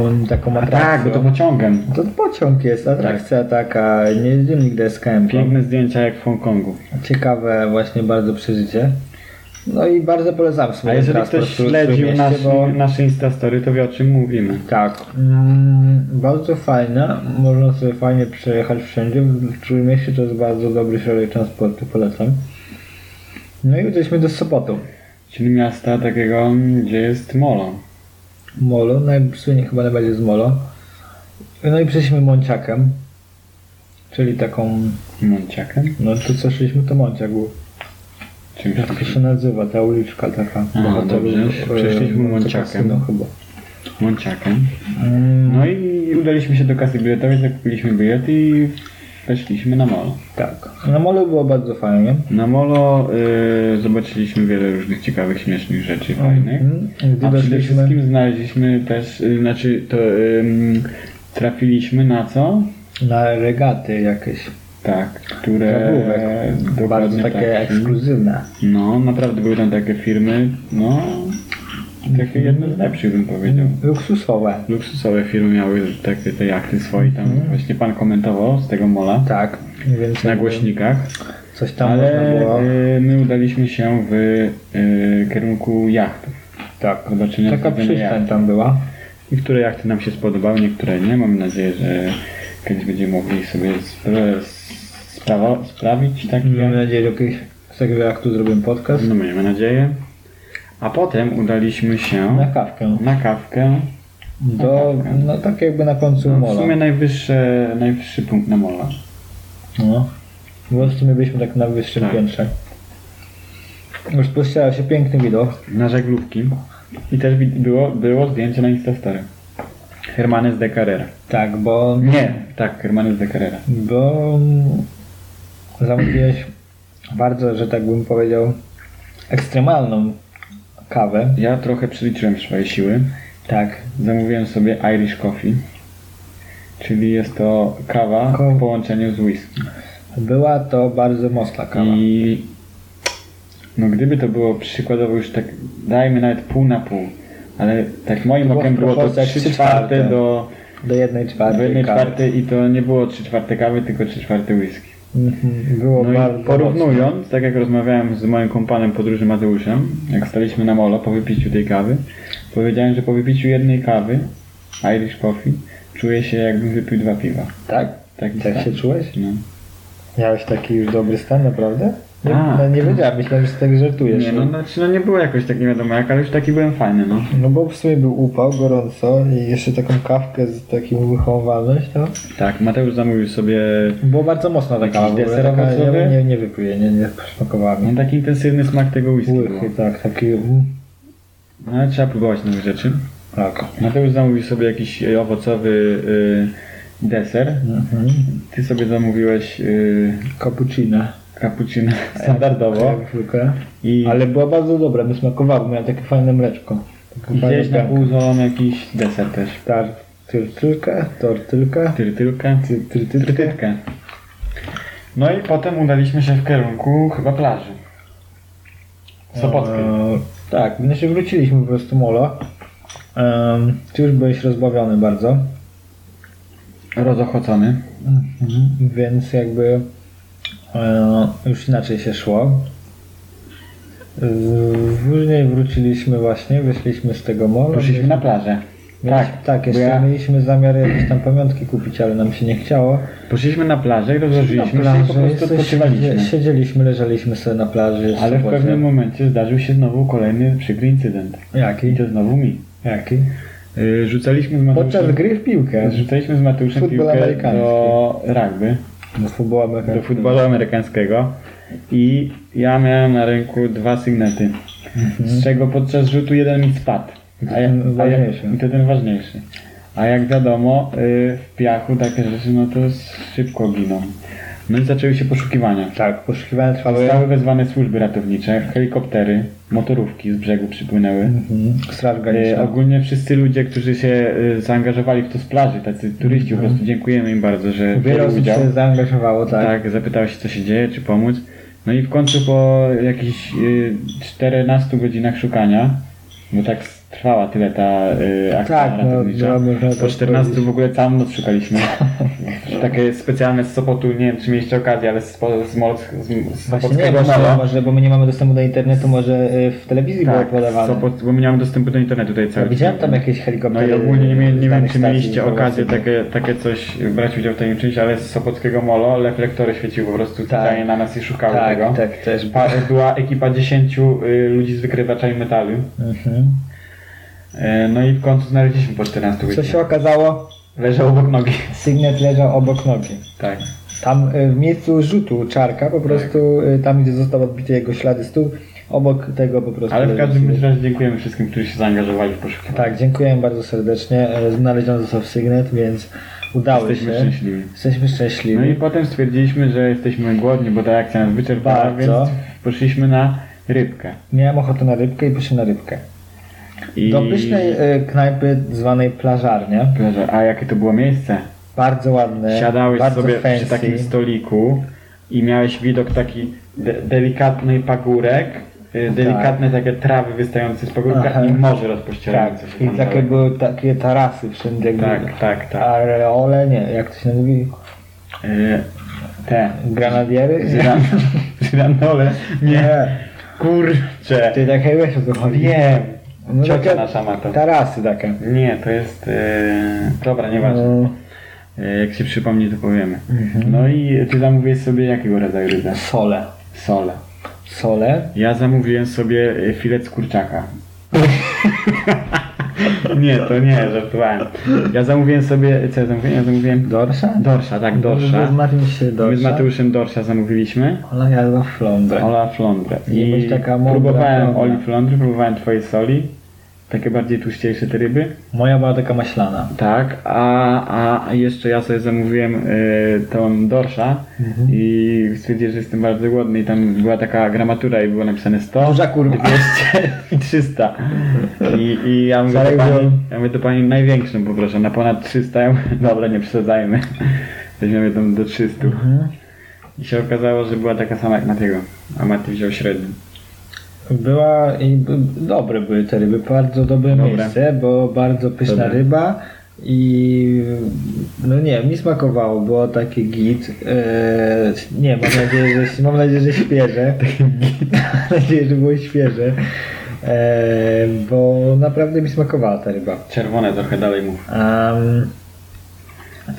S1: em, taką atrakcją.
S2: Tak, bo to Tak. pociągiem.
S1: to pociąg jest, atrakcja taka, nie jeździłem nigdy SKM-ką.
S2: Piękne zdjęcia jak w Hongkongu.
S1: Ciekawe właśnie bardzo przeżycie. No i bardzo polecam
S2: A
S1: sobie
S2: jeżeli
S1: transport w
S2: ktoś śledził
S1: Trójmieście,
S2: nasz,
S1: bo
S2: nasze Instastory, to wie o czym mówimy.
S1: tak, mm, bardzo fajne, można sobie fajnie przejechać wszędzie, w w Trójmieście to jest bardzo dobry środek transportu, polecam. No i jesteśmy do Sopotu.
S2: Czyli miasta takiego, gdzie jest molo.
S1: Molo, najsłynniej chyba najbardziej z Molo. No i przeszliśmy Monciakiem, czyli taką,
S2: Monciakiem?
S1: no to co szliśmy to Monciak był.
S2: Czymś
S1: Jak to
S2: takim.
S1: się nazywa, ta uliczka taka.
S2: A,
S1: bohaterów,
S2: dobrze.
S1: e,
S2: Przeszliśmy
S1: to
S2: Monciakiem.
S1: kasyno chyba.
S2: Monciakiem.
S1: Mm,
S2: No i udaliśmy się do kasy biletowej, zakupiliśmy bilet i weszliśmy na molo.
S1: tak. Na Molo było bardzo fajnie.
S2: Na molo y, zobaczyliśmy wiele różnych ciekawych, śmiesznych rzeczy, fajnych.
S1: Mhm. Gdy
S2: A przede
S1: doszliśmy
S2: wszystkim znaleźliśmy też, y, znaczy to ym, trafiliśmy na co?
S1: na regaty jakieś,
S2: Tak, które
S1: żaglówek,
S2: dokładnie tak
S1: bardzo takie ekskluzywne.
S2: No, naprawdę były tam takie firmy, no,
S1: Mhm.
S2: takie jedne z lepszych bym powiedział.
S1: Luksusowe.
S2: Luksusowe firmy miały takie te jachty swoje, tam
S1: Mhm.
S2: właśnie pan komentował z tego mola
S1: Tak, więc
S2: na głośnikach,
S1: coś tam
S2: ale
S1: można było.
S2: y, my udaliśmy się w y, kierunku jachtów.
S1: Tak,
S2: zobaczymy,
S1: Taka
S2: jak to będzie
S1: przystań
S2: jak.
S1: tam była.
S2: Niektóre jachty nam się spodobały, niektóre nie. Mam nadzieję, że kiedyś będziemy mogli sobie spra- sprawa- sprawić taki
S1: Mam
S2: jacht.
S1: nadzieję, że kiedyś z tego jak tu zrobimy podcast.
S2: No miejmy nadzieję. A potem udaliśmy się
S1: Na kawkę.
S2: na kawkę.
S1: Do,
S2: No. Na kawkę.
S1: no tak jakby na końcu
S2: No, w
S1: mola.
S2: sumie najwyższy, najwyższy punkt na mola.
S1: No. Bo w sumie byliśmy tak na wyższym
S2: Tak.
S1: piętrze. Rozpościerał się piękny widok.
S2: Na żaglówki. I też wi- było, było zdjęcie na Instastory. Hermanes de Carrera.
S1: Tak, bo,
S2: Nie, tak, Hermanes de Carrera.
S1: bo mm, zamówiłeś bardzo, że tak bym powiedział, ekstremalną kawę.
S2: Ja trochę przeliczyłem swoje siły.
S1: Tak,
S2: Zamówiłem sobie Irish Coffee, czyli jest to kawa
S1: Ko-
S2: w połączeniu z whisky.
S1: była to bardzo mocna kawa.
S2: I no gdyby to było przykładowo już tak, dajmy nawet pół na pół, ale tak moim
S1: Było w
S2: okiem było to
S1: proporcjach
S2: 3
S1: trzy
S2: czwarte
S1: czwarte.
S2: do
S1: Do jednej
S2: do
S1: czwartej
S2: jednej
S1: kawy.
S2: czwartej i to nie było 3 czwarte kawy, tylko 3 czwarte whisky.
S1: Mhm, Było
S2: No
S1: bardzo
S2: i porównując, tak jak rozmawiałem z moim kompanem podróży Mateuszem, jak staliśmy na molo po wypiciu tej kawy, powiedziałem, że po wypiciu jednej kawy, Irish Coffee, czuję się jakbym wypił dwa piwa.
S1: mocna. Tak?
S2: Tak,
S1: Tak się czułeś?
S2: No.
S1: Miałeś taki już dobry stan, naprawdę? Nie,
S2: A.
S1: no, nie wiedziałem, myślałem, że tak żartujesz.
S2: Nie, no, znaczy, no nie było jakoś tak nie wiadomo jak, ale już taki byłem fajny, no.
S1: No bo w sumie był upał, gorąco i jeszcze taką kawkę z takim wychowalność, to
S2: Tak, Mateusz zamówił sobie
S1: było bardzo mocno taka
S2: Jakiś
S1: kawa, w ogóle
S2: deser
S1: taka,
S2: owocowy?
S1: nie, nie, nie wypluję, nie, nie smakowała
S2: no,
S1: mi.
S2: taki intensywny smak tego whisky. było.
S1: Łychy, tak, taki, mm,
S2: No, ale trzeba próbować nowych rzeczy.
S1: tak.
S2: Mateusz zamówił sobie jakiś e, owocowy y, deser.
S1: Mhm.
S2: Ty sobie zamówiłeś y,
S1: Cappuccino.
S2: cappuccino standardowo.
S1: Jak zwykle.
S2: I
S1: Ale była bardzo dobra, mi smakowało, miała takie fajne mleczko. Taką
S2: I
S1: fajną
S2: gdzieś na
S1: piankę.
S2: półzolony jakiś deser też.
S1: Tar, tyrtylkę, tortylkę,
S2: Tyrtylkę.
S1: ty- tyrtylkę.
S2: Tyrtylkę. No i potem udaliśmy się w kierunku chyba plaży. Sopockiej.
S1: Eee, tak, no się wróciliśmy po prostu molo. Ehm, ty już byłeś rozbawiony bardzo,
S2: Rozochocony. Mhm.
S1: więc jakby e, już inaczej się szło. Z- Później wróciliśmy właśnie, wyszliśmy z tego molo.
S2: Poszliśmy na plażę.
S1: Mieliśmy,
S2: Tak,
S1: tak, tak, jeszcze
S2: bo ja-
S1: mieliśmy zamiar jakieś tam pamiątki kupić, ale nam się nie chciało.
S2: Poszliśmy na plażę i rozłożyliśmy
S1: Na
S2: się i po prostu
S1: jesteśmy-
S2: odpoczywaliśmy.
S1: siedzieliśmy, leżeliśmy sobie na plaży. jest
S2: Ale w
S1: sobotnia.
S2: pewnym momencie zdarzył się znowu kolejny przykry incydent. I
S1: Jaki?
S2: to znowu mi.
S1: Jaki?
S2: Yy, Rzucaliśmy z
S1: Podczas
S2: Mateuszem,
S1: gry w piłkę.
S2: rzucaliśmy z Mateuszem
S1: Futbol
S2: piłkę
S1: amerykański.
S2: do rugby,
S1: Do futbola
S2: do
S1: amerykańskiego.
S2: futbolu amerykańskiego i ja miałem na ręku dwa sygnety,
S1: Mhm.
S2: z czego podczas rzutu jeden mi spadł. A ja,
S1: Ten
S2: a ja,
S1: ważniejszy.
S2: I to ten ważniejszy. A jak wiadomo, yy, w piachu takie rzeczy no to szybko giną. No i zaczęły się poszukiwania.
S1: Tak, poszukiwania trwały.
S2: Zostały wezwane służby ratownicze, helikoptery, motorówki z brzegu przypłynęły.
S1: Mhm. Straż
S2: E,
S1: graniczna.
S2: ogólnie wszyscy ludzie, którzy się e, zaangażowali w to z plaży, tacy turyści, po prostu dziękujemy im bardzo, że
S1: Mhm. Wiele
S2: wzięli
S1: osób
S2: udział.
S1: się zaangażowało, tak.
S2: Tak, zapytało się co się dzieje, czy pomóc. No i w końcu po jakichś e, 14 godzinach szukania, bo tak trwała tyle ta e, akcja
S1: Tak, no,
S2: ratownicza.
S1: no, można
S2: po
S1: tak
S2: 14
S1: powiedzieć.
S2: w ogóle całą noc szukaliśmy. Takie specjalne z Sopotu, nie wiem czy mieliście okazję, ale z, po- z, Mol- z, z
S1: Właśnie nie,
S2: Sopockiego
S1: może,
S2: Mala.
S1: może, bo my nie mamy dostępu do internetu, może y, w telewizji
S2: Tak,
S1: było podawane.
S2: Sopot, bo my nie mamy dostępu do internetu tutaj
S1: Ja
S2: cały
S1: widziałem tam jakieś helikoptery.
S2: No i ogólnie nie, mie- nie wiem,
S1: danych
S2: czy
S1: stacji
S2: mieliście okazję
S1: informacyjnych.
S2: takie, takie coś brać udział w tej czymś, ale z Sopockiego Molo reflektory świeciły po prostu
S1: Tak.
S2: tutaj na nas i szukały
S1: Tak,
S2: tego.
S1: tak, też.
S2: Pa, była ekipa 10 y, ludzi z wykrywaczami metalu.
S1: Mhm.
S2: Y, no i w końcu znaleźliśmy po 14
S1: Co się
S2: godzinach.
S1: okazało?
S2: Leżał obok nogi.
S1: Sygnet leżał obok nogi.
S2: Tak.
S1: Tam y, w miejscu rzutu czarka, po prostu y, tam, gdzie został odbity jego ślady stół, obok tego po prostu.
S2: Ale w
S1: leży
S2: każdym
S1: sygnet.
S2: bądź razie dziękujemy wszystkim, którzy się zaangażowali w poszukiwanie.
S1: Tak, dziękujemy bardzo serdecznie. E, Znaleziony został sygnet, więc udało
S2: Jesteśmy
S1: się.
S2: szczęśliwi.
S1: Jesteśmy szczęśliwi.
S2: No i potem stwierdziliśmy, że jesteśmy głodni, bo ta akcja nas wyczerpała,
S1: Bardzo.
S2: więc poszliśmy na rybkę.
S1: Miałem ochotę na rybkę i poszedłem na rybkę.
S2: I...
S1: Do pysznej e, knajpy zwanej plażarnia.
S2: Boże, A jakie to było miejsce?
S1: Bardzo ładne.
S2: Siadałeś
S1: E, bardzo
S2: sobie
S1: fancy.
S2: przy takim stoliku i miałeś widok taki de delikatny pagórek, y, delikatne takie trawy wystające z pagórka
S1: Tak. Aha.
S2: i morze rozpościerające
S1: Tak,
S2: się tam
S1: i takie
S2: dalej.
S1: były takie tarasy wszędzie. jakby
S2: Tak, tak, tak.
S1: Areole, nie, jak to się mówi?
S2: Y, te.
S1: Granadiery?
S2: Żyran- Żyranole. Nie. Kurczę.
S1: Ty tak jak wiesz o co chodzi.
S2: Wiem.
S1: No
S2: Ciocia
S1: takie-
S2: nasza ma to.
S1: Tarasy takie.
S2: Nie, to jest... y, Dobra, nieważne.
S1: No, Mhm.
S2: Y, Jak się przypomni, to powiemy. No i ty zamówiłeś sobie jakiego rodzaju rybę?
S1: sole.
S2: Sole.
S1: Sole?
S2: Ja zamówiłem sobie y, filet z kurczaka. nie, to nie, żartowałem. Ja zamówiłem sobie, co ja zamówiłem? Ja zamówiłem
S1: Dorsza?
S2: dorsza, tak,
S1: My
S2: dorsza.
S1: z Mateuszem się dorsza.
S2: My z Mateuszem dorsza zamówiliśmy.
S1: Ona jadła flądrę.
S2: Ola flądrę.
S1: Nie
S2: I
S1: bądź taka mądra,
S2: próbowałem
S1: flądra.
S2: Oli flądry, próbowałem twojej soli. Takie bardziej tłuściejsze te ryby.
S1: Moja była taka maślana.
S2: Tak, a, a jeszcze ja sobie zamówiłem y, tą dorsza i stwierdziłem, że jestem bardzo głodny i tam była taka gramatura i było napisane 100
S1: Duża kurwa.
S2: 200 i 300 i, i ja, mówię do
S1: Zaraz
S2: pani,
S1: wziąłem.
S2: ja mówię do pani największą poproszę, na ponad 300, ja mówię, dobra nie przesadzajmy, weźmiemy tam do 300
S1: Mhm.
S2: i się okazało, że była taka sama jak Matiego, a Mati wziął średnią.
S1: Była i b- dobre były te ryby, bardzo dobre,
S2: Dobre.
S1: miejsce, bo bardzo pyszna
S2: Dobre.
S1: ryba i no nie, mi smakowało, było taki git. Eee, nie, mam nadzieję, że, mam nadzieję, że świeże. mam nadzieję, że było świeże. Eee, bo naprawdę mi smakowała ta ryba.
S2: Czerwone trochę dalej mów.
S1: Um,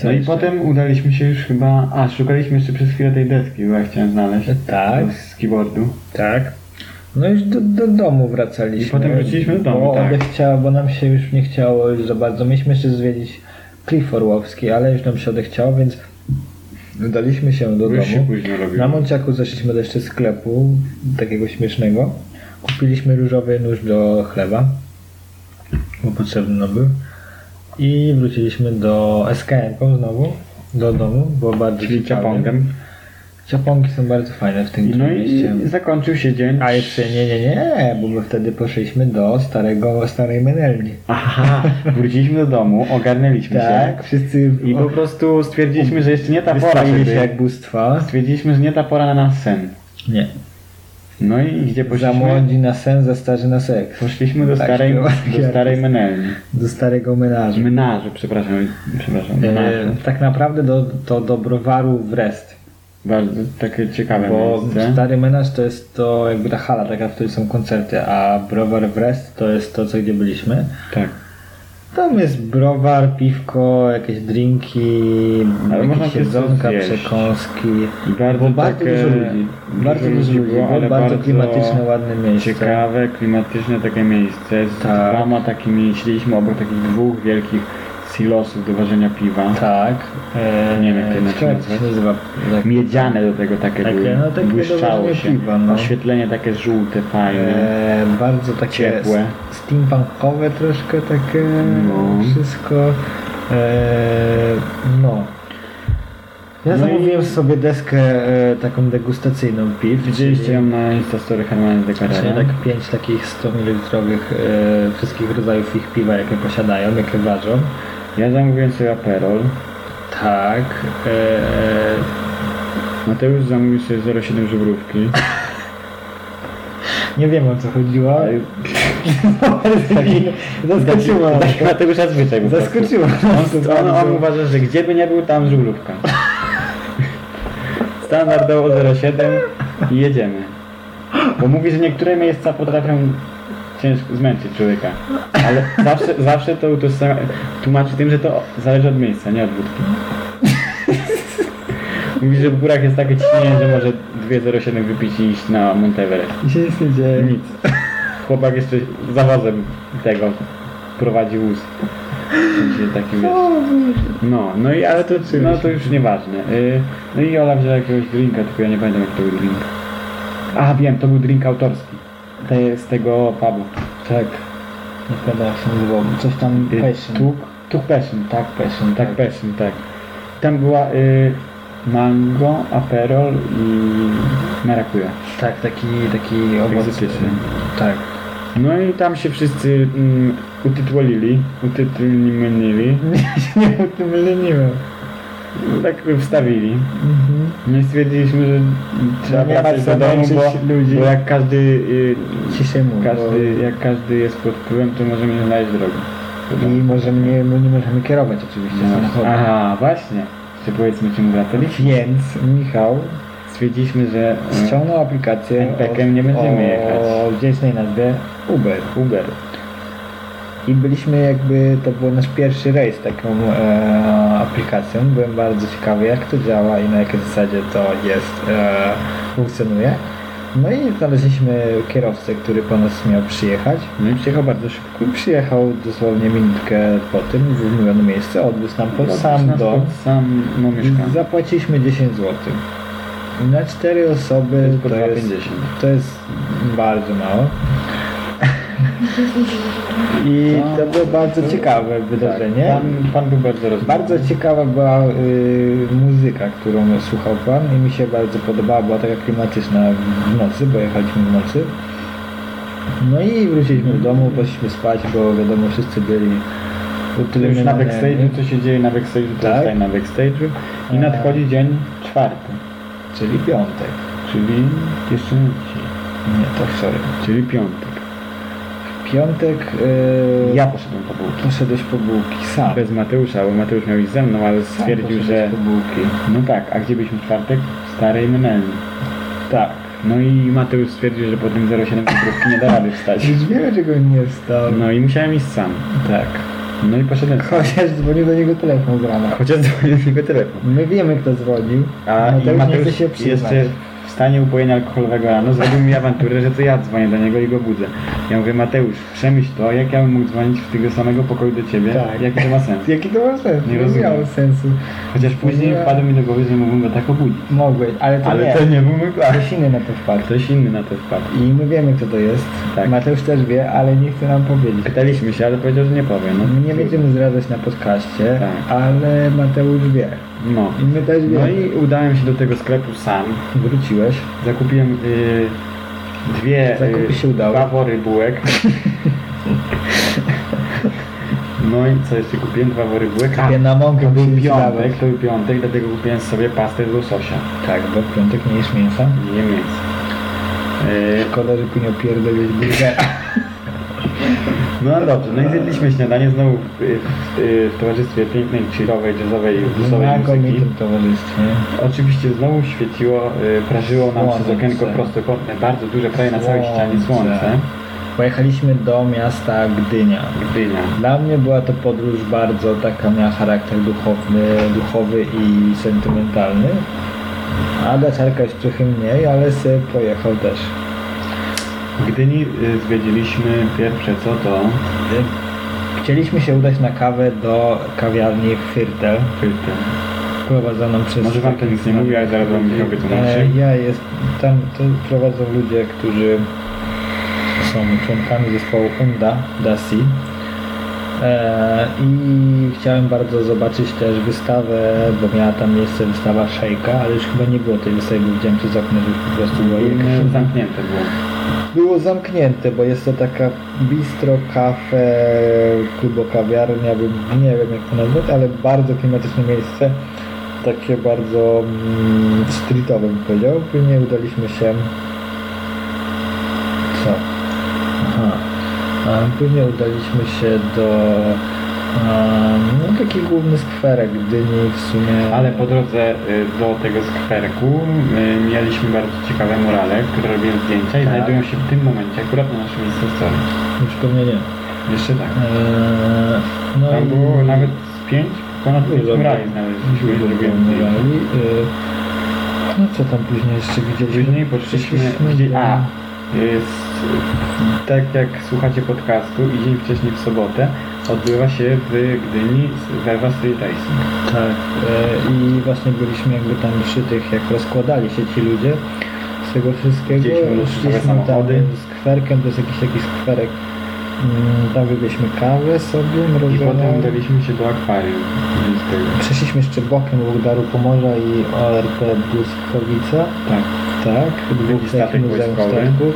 S2: No i potem udaliśmy się już chyba, a szukaliśmy jeszcze przez chwilę tej deski, bo ja chciałem znaleźć.
S1: Tak,
S2: Z keyboardu.
S1: tak. No już do, do domu wracaliśmy.
S2: I potem wróciliśmy do domu,
S1: bo
S2: tak.
S1: Ode chciała, bo nam się już nie chciało już za bardzo. Mieliśmy jeszcze zwiedzić Klif Orłowski, ale już nam się odechciało, więc udaliśmy się do
S2: Bo już się
S1: domu.
S2: późno robiło.
S1: Na Monciaku zeszliśmy do jeszcze sklepu, takiego śmiesznego. Kupiliśmy różowy nóż do chleba, bo potrzebny nam był. I wróciliśmy do SKM-ką znowu, do domu, bo bardzo
S2: Czyli
S1: ciekawie.
S2: ciapongiem.
S1: Ciaponki są bardzo fajne w tym
S2: No i
S1: mieście.
S2: zakończył się dzień.
S1: A jeszcze nie, nie, nie, bo my wtedy poszliśmy do starego, starej menelni.
S2: Aha, wróciliśmy do domu, ogarnęliśmy
S1: Tak, wszyscy
S2: się i po prostu stwierdziliśmy, że jeszcze nie ta pora,
S1: wystawili się
S2: żeby...
S1: jak bóstwa.
S2: Stwierdziliśmy, że nie ta pora na nas sen.
S1: Nie,
S2: No i gdzie
S1: za
S2: poszliśmy?
S1: młodzi na sen, za starzy na seks.
S2: Poszliśmy do
S1: Tak,
S2: starej,
S1: śpiewa-
S2: do starej menelni.
S1: Do starego menażu.
S2: Menażu, przepraszam, przepraszam.
S1: E,
S2: Menażu.
S1: tak naprawdę do, to do browaru Wrest.
S2: Bardzo takie ciekawe
S1: Bo
S2: miejsce.
S1: stary menaż to jest to jakby ta hala taka, w której są koncerty, a browar Wrest to jest to, co gdzie byliśmy.
S2: Tak.
S1: Tam jest browar, piwko, jakieś drinki,
S2: Ale można
S1: jakieś
S2: też coś
S1: jedzonka,
S2: zjeść.
S1: przekąski.
S2: I bardzo,
S1: Bo bardzo
S2: takie,
S1: dużo ludzi.
S2: dużo
S1: Bardzo dużo ludzi,
S2: było, ale
S1: było bardzo klimatyczne, ładne miejsce.
S2: Ciekawe, klimatyczne takie miejsce. Z
S1: Tak.
S2: dwoma takimi, siedzieliśmy obok takich dwóch wielkich silosów do ważenia piwa.
S1: Tak. E,
S2: Nie wiem, jak to inaczej
S1: jak to się
S2: nazwać.
S1: nazywa. Tak.
S2: Miedziane do tego takie,
S1: Takie,
S2: były,
S1: no, takie
S2: błyszczało
S1: do
S2: się.
S1: ważenia piwa, no.
S2: Oświetlenie takie żółte, fajne.
S1: E, bardzo takie
S2: Ciepłe.
S1: s- steampunkowe troszkę takie
S2: No.
S1: wszystko. E, no. Ja
S2: No
S1: zamówiłem sobie deskę e, taką degustacyjną piw.
S2: Widzieliście
S1: czyli-
S2: ją na Instastory Hermana
S1: Czyli
S2: Dekarera.
S1: tak pięć takich 100 mililitrowych e, wszystkich rodzajów ich piwa, jakie posiadają, jakie ważą.
S2: Ja zamówiłem sobie Aperol.
S1: Tak. E,
S2: Mateusz zamówił sobie 0,7 żubrówki.
S1: nie wiem o co chodziło.
S2: Taki-
S1: Zaskoczyło nas.
S2: Taki Mateusza zwyczaj po prostu.
S1: Zaskoczyło nas.
S2: On,
S1: to
S2: on, on
S1: bardzo.
S2: uważa, że gdzie by nie był, tam żubrówka. Standardowo 07 i jedziemy. Bo mówi, że niektóre miejsca potrafią ciężko zmęczyć człowieka. Ale zawsze, zawsze to utożsamia- tłumaczy tym, że to zależy od miejsca, nie od wódki. Mówi, że w górach jest takie ciśnienie, że może 2,07 wypić i iść na Monteverest.
S1: I się nic nie dzieje.
S2: Nic. Chłopak jeszcze zawozem tego prowadzi łóz. Czyli Taki wiesz.
S1: O Boże.
S2: No, no i ale to, no, to już nieważne. Y, No i Ola wzięła jakiegoś drinka, tylko ja nie pamiętam jak to był drink. A wiem, to był drink autorski. Te, z tego pubu.
S1: Tak. Nie pamiętam jak się nazywało. Coś tam
S2: Y,
S1: passion.
S2: Tuk, tuk Passion, tak.
S1: Tak, passion.
S2: Tak,
S1: Tak.
S2: Passion, tak. Tam była y, mango, aperol i marakuja.
S1: Tak, taki, taki owoc.
S2: Egzotyczny.
S1: Tak.
S2: No i tam się wszyscy mm, utytłolili, utytłolili,
S1: nie o tym leniłem.
S2: tak wstawili.
S1: Mhm.
S2: No i stwierdziliśmy, że trzeba
S1: Nie ma
S2: wracać
S1: co
S2: do domu,
S1: męczyć
S2: bo,
S1: ludzi.
S2: bo jak każdy y,
S1: Ciszej mówię.
S2: Każdy, jak każdy jest pod wpływem, to możemy nie znaleźć drogi.
S1: I możemy, nie, no nie możemy kierować oczywiście samochodem.
S2: Aha, właśnie. Czy powiedzmy czemu wracaliśmy?
S1: Więc Michał
S2: Stwierdziliśmy, że e,
S1: ściągnął aplikację
S2: MPK-em nie będziemy jechać.
S1: o wdzięcznej nazwie Uber.
S2: Uber.
S1: I byliśmy jakby, to był nasz pierwszy rejs taką e, aplikacją. Byłem bardzo ciekawy jak to działa i na jakiej zasadzie to jest, e, funkcjonuje. No i znaleźliśmy kierowcę, który po nas miał przyjechać.
S2: No i przyjechał bardzo szybko.
S1: I Przyjechał dosłownie minutkę po tym w umówione miejsce, odwiózł nam pod sam
S2: Nas
S1: dom.
S2: Pod sam no, mieszka.
S1: Zapłaciliśmy 10 zł. Na 4
S2: To
S1: osoby
S2: jest po
S1: to jest,
S2: 2,50.
S1: to jest bardzo mało. I to było bardzo
S2: No,
S1: ciekawe
S2: tak.
S1: wydarzenie.
S3: Pan, pan był bardzo rozmawiany.
S1: Bardzo ciekawa była y, muzyka, którą słuchał Pan i mi się bardzo podobała. Była taka klimatyczna w nocy, bo jechaliśmy w nocy. No i wróciliśmy do domu, poszliśmy spać, bo wiadomo, wszyscy byli
S2: Tyle już na
S1: utrudnieni.
S2: backstage'u, co się dzieje na backstage'u, to
S1: Tak. Eee.
S2: zostaje na backstage'u. I
S1: A.
S2: nadchodzi dzień czwarty,
S1: Czyli piątek.
S2: czyli jeszcze nie dzisiaj,
S1: Nie, to wczoraj.
S2: czyli piątek.
S1: W piątek y,
S2: Ja poszedłem e, po bułki.
S1: poszedłeś po bułki sam.
S2: Bez Mateusza, bo Mateusz miał iść ze mną, ale
S1: Sam
S2: stwierdził,
S1: poszedłeś
S2: że...
S1: po bułki.
S2: No tak, a gdzie byliśmy w czwartek? W starej menelni.
S1: Tak.
S2: No i Mateusz stwierdził, że po tym 0,7 metrówki nie da rady wstać.
S1: Już wiemy, czego nie wstał.
S2: No i musiałem iść sam.
S1: Tak.
S2: No i poszedłem sam.
S1: Chociaż dzwonił do niego telefon z rana.
S2: Chociaż dzwonił tylko telefon.
S1: My wiemy, kto dzwonił. no
S2: A i
S1: nie chce
S2: Mateusz
S1: się przyznać.
S2: jeszcze w stanie upojenia alkoholowego rano zrobił mi awanturę, że to ja dzwonię do niego i go budzę. Ja mówię, Mateusz, przemyśl to, jak ja bym mógł dzwonić w tego samego pokoju do ciebie,
S1: Tak.
S2: jaki to ma sens.
S1: Jaki to ma sens?
S2: Nie
S1: nie
S2: rozumiem.
S1: miało sensu.
S2: Chociaż później
S1: Nie.
S2: wpadło mi do głowy, że mógłbym go tak obudzić.
S1: Mogłeś, ale to
S2: Ale
S1: nie.
S2: to nie był mój plan.
S1: Ktoś inny na to wpadł.
S2: Ktoś inny na to wpadł.
S1: I my wiemy, kto to jest.
S2: Tak.
S1: Mateusz też wie, ale nie chce nam powiedzieć.
S2: Pytaliśmy się, ale powiedział, że nie powie. No,
S1: Nie
S2: trudno.
S1: będziemy zdradzać na podcaście,
S2: Tak.
S1: ale Mateusz wie.
S2: No.
S1: I my też wiemy.
S2: No i tak. udałem się do tego sklepu sam.
S1: wróciłeś.
S2: Zakupiłem y, dwie y,
S1: Zakupy się udały.
S2: dwa wory bułek. No i co jeszcze kupiłem? Dwa wory bułek.
S1: Takie na mąkę
S2: to był
S1: byśmy
S2: piątek,
S1: dawać.
S2: to był piątek, dlatego kupiłem sobie pastę z łososia.
S1: Tak, bo w piątek nie jesz mięsa.
S2: Nie wiem więc. Y,
S1: Szkoda, że później opierdoliłeś burgera.
S2: No dobrze, no i zjedliśmy śniadanie znowu w, w, w towarzystwie pięknej, chillowej, jazzowej,
S1: Na
S2: bluesowej muzyki.
S1: tym towarzystwie.
S2: Oczywiście znowu świeciło, y, prażyło nam przez
S1: Słońce.
S2: okienko prostokątne, bardzo duże, prawie na całej ścianie
S1: Słońce.
S2: słońce.
S1: Pojechaliśmy do miasta Gdynia.
S2: Gdynia.
S1: Dla mnie była to podróż bardzo taka miała charakter duchowny, duchowy i sentymentalny. A dla Czarka już trochę mniej, ale se pojechał też.
S2: W Gdyni y, zwiedziliśmy pierwsze co to
S1: Chcieliśmy się udać na kawę do kawiarni Firtel,
S2: Fyrty.
S1: prowadzoną przez...
S2: Może wam to nic nie mówi, ale zaraz wam Michał wytłumaczy.
S1: E, Ja jest, tam to prowadzą ludzie, którzy są członkami zespołu Honda Dasi. E, I chciałem bardzo zobaczyć też wystawę, bo miała tam miejsce wystawa Szejka, ale już chyba nie było tej wystawy, bo widziałem przez okno, że już po prostu była jakaś
S2: Gdynia Zamknięte było.
S1: było zamknięte, bo jest to taka bistro, kafe, klubo, kawiarnia, bym- nie wiem jak to nazwać, ale bardzo klimatyczne miejsce, takie bardzo mm, streetowe bym powiedział. Później udaliśmy się... Co? Aha. A później udaliśmy się do em, no, taki główny skwerek Gdyni w sumie.
S2: Ale po drodze y, do tego skwerku y, mieliśmy bardzo ciekawe murale, które robiłem zdjęcia i
S1: Tak.
S2: znajdują się w tym momencie akurat na naszym miejscu wcale.
S1: Już pomyliłem.
S2: Jeszcze tak.
S1: Eee, no
S2: Tam
S1: i- No
S2: było nawet z pięć, ponad pięć
S1: Dużo
S2: murali
S1: było.
S2: znaleźliśmy i
S1: Dużo było
S2: zrobiłem zdjęcia.
S1: murali. Y, No co tam później jeszcze widzieliśmy?
S2: Później poszliśmy,
S1: Poszliśmy
S2: gdzie,
S1: do-
S2: a, jest, tak jak słuchacie podcastu i dzień wcześniej w sobotę odbywa się w Gdyni Werwa Street Racing.
S1: Tak. y, I właśnie byliśmy jakby tam przy tych, jak rozkładali się ci ludzie z tego wszystkiego.
S2: Widzieliśmy różne
S1: Szliśmy tam
S2: samochody.
S1: z kwerkiem, to jest jakiś taki skwerek. Mm, Tam wybiliśmy kawę sobie,
S2: I
S1: mrożoną.
S2: potem udaliśmy się do akwarium miejskiego.
S1: Przeszliśmy jeszcze bokiem obok Daru Pomorza i ORP Błyskowica.
S2: Tak.
S1: Tak, dwóch
S2: Taki
S1: takich
S2: statek
S1: muzeum
S2: wojskowy.
S1: statków.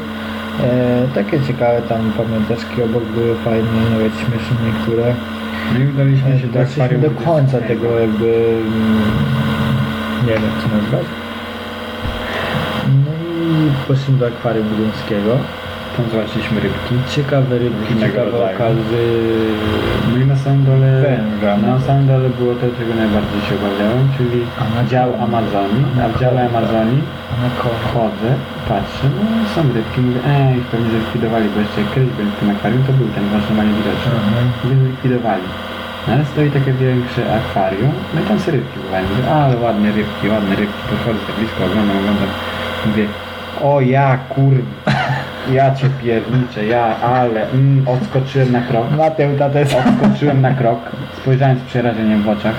S1: E, takie ciekawe tam pamiąteczki obok były fajne, nawet śmieszne niektóre.
S2: No i udaliśmy się do
S1: E, doszliśmy
S2: akwarium.
S1: do końca
S2: Gdyńskiego.
S1: tego jakby... mm, Nie wiem jak to nazwać. No i poszliśmy do akwarium gdyńskiego.
S2: Tam zobaczyliśmy rybki.
S1: Ciekawe rybki,
S2: Innego
S1: ciekawe
S2: rodzaju.
S1: okazy.
S2: No i na samym dole, no,
S1: Węża.
S2: na samym dole było to, czego najbardziej się obawiałem, czyli
S1: Amazon-
S2: dział Amazonii, a w dziale Amazonii
S1: Anakonda.
S2: Chodzę, patrzę, no są rybki, mówię, ej, pewnie zlikwidowali, bo jeszcze kiedyś byłem w tym akwarium, to był ten właśnie mały widoczny.
S1: Mhm.
S2: Mówię, zlikwidowali. No ale stoi takie większe akwarium, no i tam są rybki bywają. Mówię, ale ładne rybki, ładne rybki, podchodzę tak blisko, oglądam, oglądam. Mówię, o ja kur... ja cię pierniczę, ja, ale, mm, odskoczyłem na krok.
S1: Mateusz, tatę
S2: Odskoczyłem na krok, spojrzałem z przerażeniem w oczach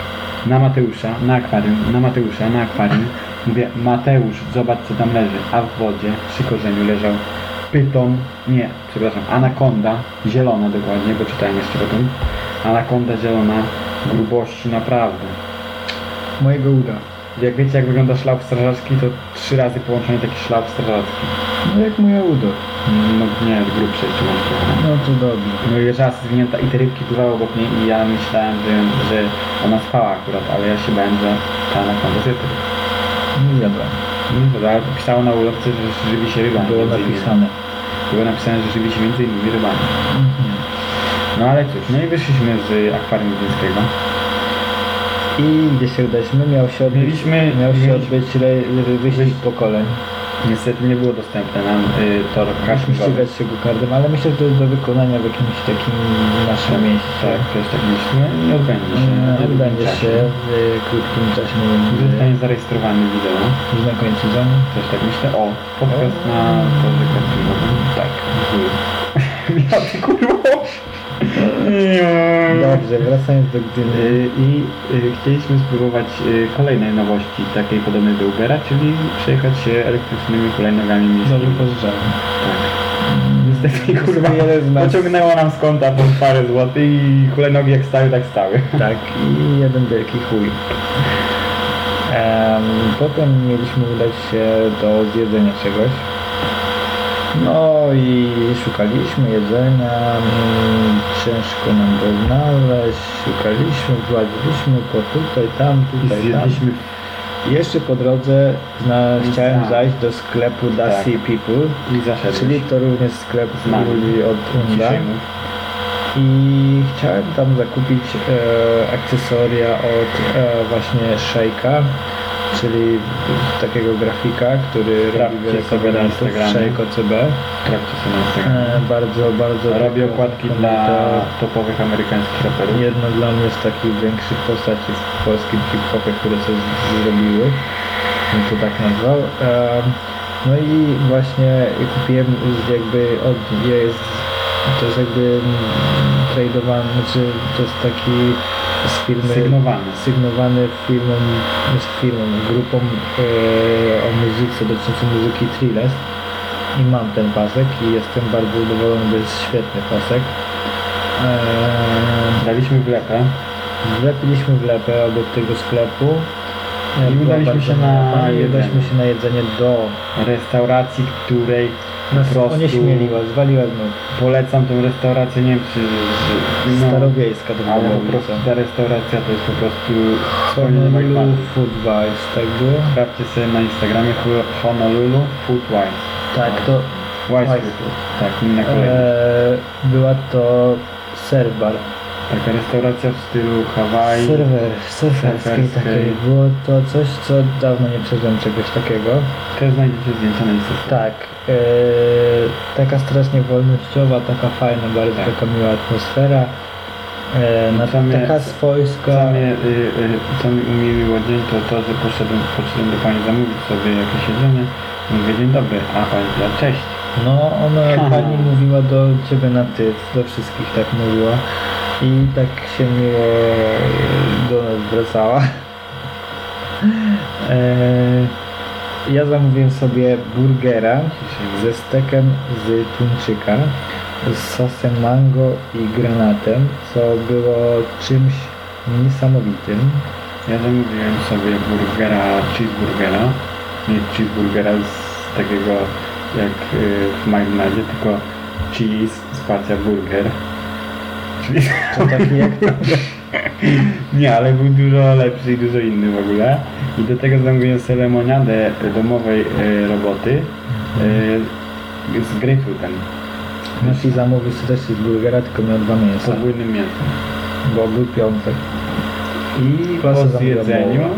S2: na Mateusza, na akwarium, na Mateusza, na akwarium. Mówię, Mateusz, zobacz co tam leży. A w wodzie, przy korzeniu leżał Pyton, nie, przepraszam, anakonda, zielona dokładnie, bo czytałem jeszcze o tym. Anakonda zielona, grubości naprawdę.
S1: Mojego uda.
S2: Jak wiecie, jak wygląda szlaf strażacki, to trzy razy połączony taki szlaf strażacki.
S1: No jak moje udo.
S2: No nie, grubszej czy może trochę.
S1: No to dobrze.
S2: No i leżała zwinięta i te rybki pływały obok niej i ja myślałem, że, że ona spała akurat, ale ja się bałem, że ta anakonda zje te ryby.
S1: Nie jadłem.
S2: No dobra, ale pisało na ulotce, że żywi się rybami.
S1: Było
S2: między innymi.
S1: napisane.
S2: Było napisane, że żywi się między innymi rybami.
S1: Mhm.
S2: No ale cóż, no i wyszliśmy z akwarium gdyńskiego.
S1: I gdzie się udaliśmy? Miał się odbyć,
S2: Mieliśmy,
S1: miał się
S2: mieliśmy
S1: odbyć le, le, wyścig pokoleń.
S2: niestety nie było dostępne nam y, tor
S1: Musimy
S2: kartingowy.
S1: ścigać się gokardem, ale myślę, że to jest do wykonania w jakimś takim naszym miejscu.
S2: Tak, też tak myślimy i odbędzie się. na
S1: Nie,
S2: niedługim
S1: Odbędzie
S2: czasie.
S1: się w e, krótkim czasie, nie wiem, e,
S2: Zostanie zarejestrowany wideo,
S1: już na końcu sezonu.
S2: też tak myślę. O, podcast na torze kartingowym. Tak. Ja ty kurwa. Nie.
S1: Dobrze, wracając do Gdyni.
S2: Y, I y, chcieliśmy spróbować y, kolejnej nowości, takiej podobnej do Ubera, czyli przejechać się elektrycznymi hulajnogami
S1: Dobrze,
S2: miejskimi.
S1: pozdrawiam.
S2: Tak. Niestety, kurwa,
S1: Sobie jeden z nas-
S2: pociągnęło nam z konta po parę złotych i hulajnogi jak stały, tak stały.
S1: Tak, i jeden wielki chuj. Em, potem mieliśmy udać się do zjedzenia czegoś. No i szukaliśmy jedzenia, mm, ciężko nam go znaleźć, szukaliśmy, władziliśmy po tutaj, tam,
S2: I
S1: tutaj, tam.
S2: zjedliśmy
S1: Jeszcze po drodze zna,
S2: I
S1: chciałem
S2: znam.
S1: zajść do sklepu Dacia People,
S2: i zaszedłeś.
S1: czyli to również sklep
S2: Znam.
S1: ludzi od Unda
S2: Ciszej mów.
S1: i chciałem tam zakupić e, akcesoria od e, właśnie Shake'a, czyli takiego grafika, który
S2: Sprawdźcie
S1: robi wiele
S2: sobie na
S1: kombinatów,
S2: Instagramie.
S1: Shake OCB.
S2: Sprawdźcie sobie na Instagram.
S1: E, bardzo, bardzo...
S2: Robię
S1: dobra
S2: okładki dla
S1: kombinata.
S2: topowych amerykańskich raperów.
S1: Jedno dla mnie z takich większych postaci w polskim hip-hopie, które coś zrobiły, bym to tak nazwał. Em, No i właśnie kupiłem z- jakby od jest, to jest jakby tradowany, czy to jest taki z firmy
S2: Sygnowany.
S1: sygnowany firmą, z firmą, grupą e, o muzyce dotyczącej muzyki Thrillers i mam ten pasek i jestem bardzo zadowolony, bo jest świetny pasek. Eee,
S2: Daliśmy wlepę
S1: Wlepiliśmy wlepę obok tego sklepu. E,
S2: I
S1: Była
S2: udaliśmy
S1: bardzo
S2: się na
S1: miła pani,
S2: jedzenie.
S1: udaliśmy się na jedzenie do
S2: restauracji, której
S1: nas
S2: po prostu
S1: onieśmieliła, zwaliła z nóg.
S2: polecam tą restaurację, nie wiem czy... czy no,
S1: Starowiejska to była
S2: ale po prostu
S1: ulica.
S2: ta restauracja to jest po prostu...
S1: Honolulu Food Vice, tak było?
S2: Sprawdźcie sobie na Instagramie Hu- Honolulu Foodwise.
S1: Tak, to
S2: Wise
S1: Wise
S2: Food.
S1: Food.
S2: Tak, inna kolejna.
S1: e, była to serbar.
S2: Taka restauracja w stylu Hawaii.
S1: Serwer,
S2: Surfer
S1: surferskiej
S2: skate.
S1: takiej. Było to coś, co dawno nie przeżyłem czegoś takiego.
S2: Też znajdziecie zdjęcia na Instagramie.
S1: Tak, e, taka strasznie wolnościowa, taka fajna, bardzo
S2: Tak.
S1: taka miła atmosfera. E, na,
S2: Same-
S1: taka swojska.
S2: Co mnie, y, y, co mi umieliło dzień, to to, że poszedłem, poszedłem do pani zamówić sobie jakieś jedzenie. Mówię, dzień dobry, a pani powiedziała, cześć.
S1: No, ona
S2: Aha.
S1: pani mówiła do ciebie na ty, do wszystkich tak mówiła. I tak się miło do nas wracała. E, ja zamówiłem sobie burgera
S2: Dzisiaj
S1: ze stekiem z tuńczyka, z sosem mango i granatem, co było czymś niesamowitym.
S2: Ja zamówiłem sobie burgera, cheeseburgera. Nie cheeseburgera z takiego jak y, w McDonaldzie, tylko cheese, spacja burger. Czyli
S1: To taki jak
S2: Nie, ale był dużo lepszy i dużo inny w ogóle. I do tego zamówiłem sobie lemoniadę domowej e, roboty e, z grapefruitem,
S1: Nasi zamówił sobie też z burgera, tylko miał dwa
S2: z
S1: mięsa,
S2: podwójnym mięsem.
S1: bo był piątek.
S2: I
S1: Klasa
S2: po
S1: zamówiła
S2: zjedzeniu,
S1: małą.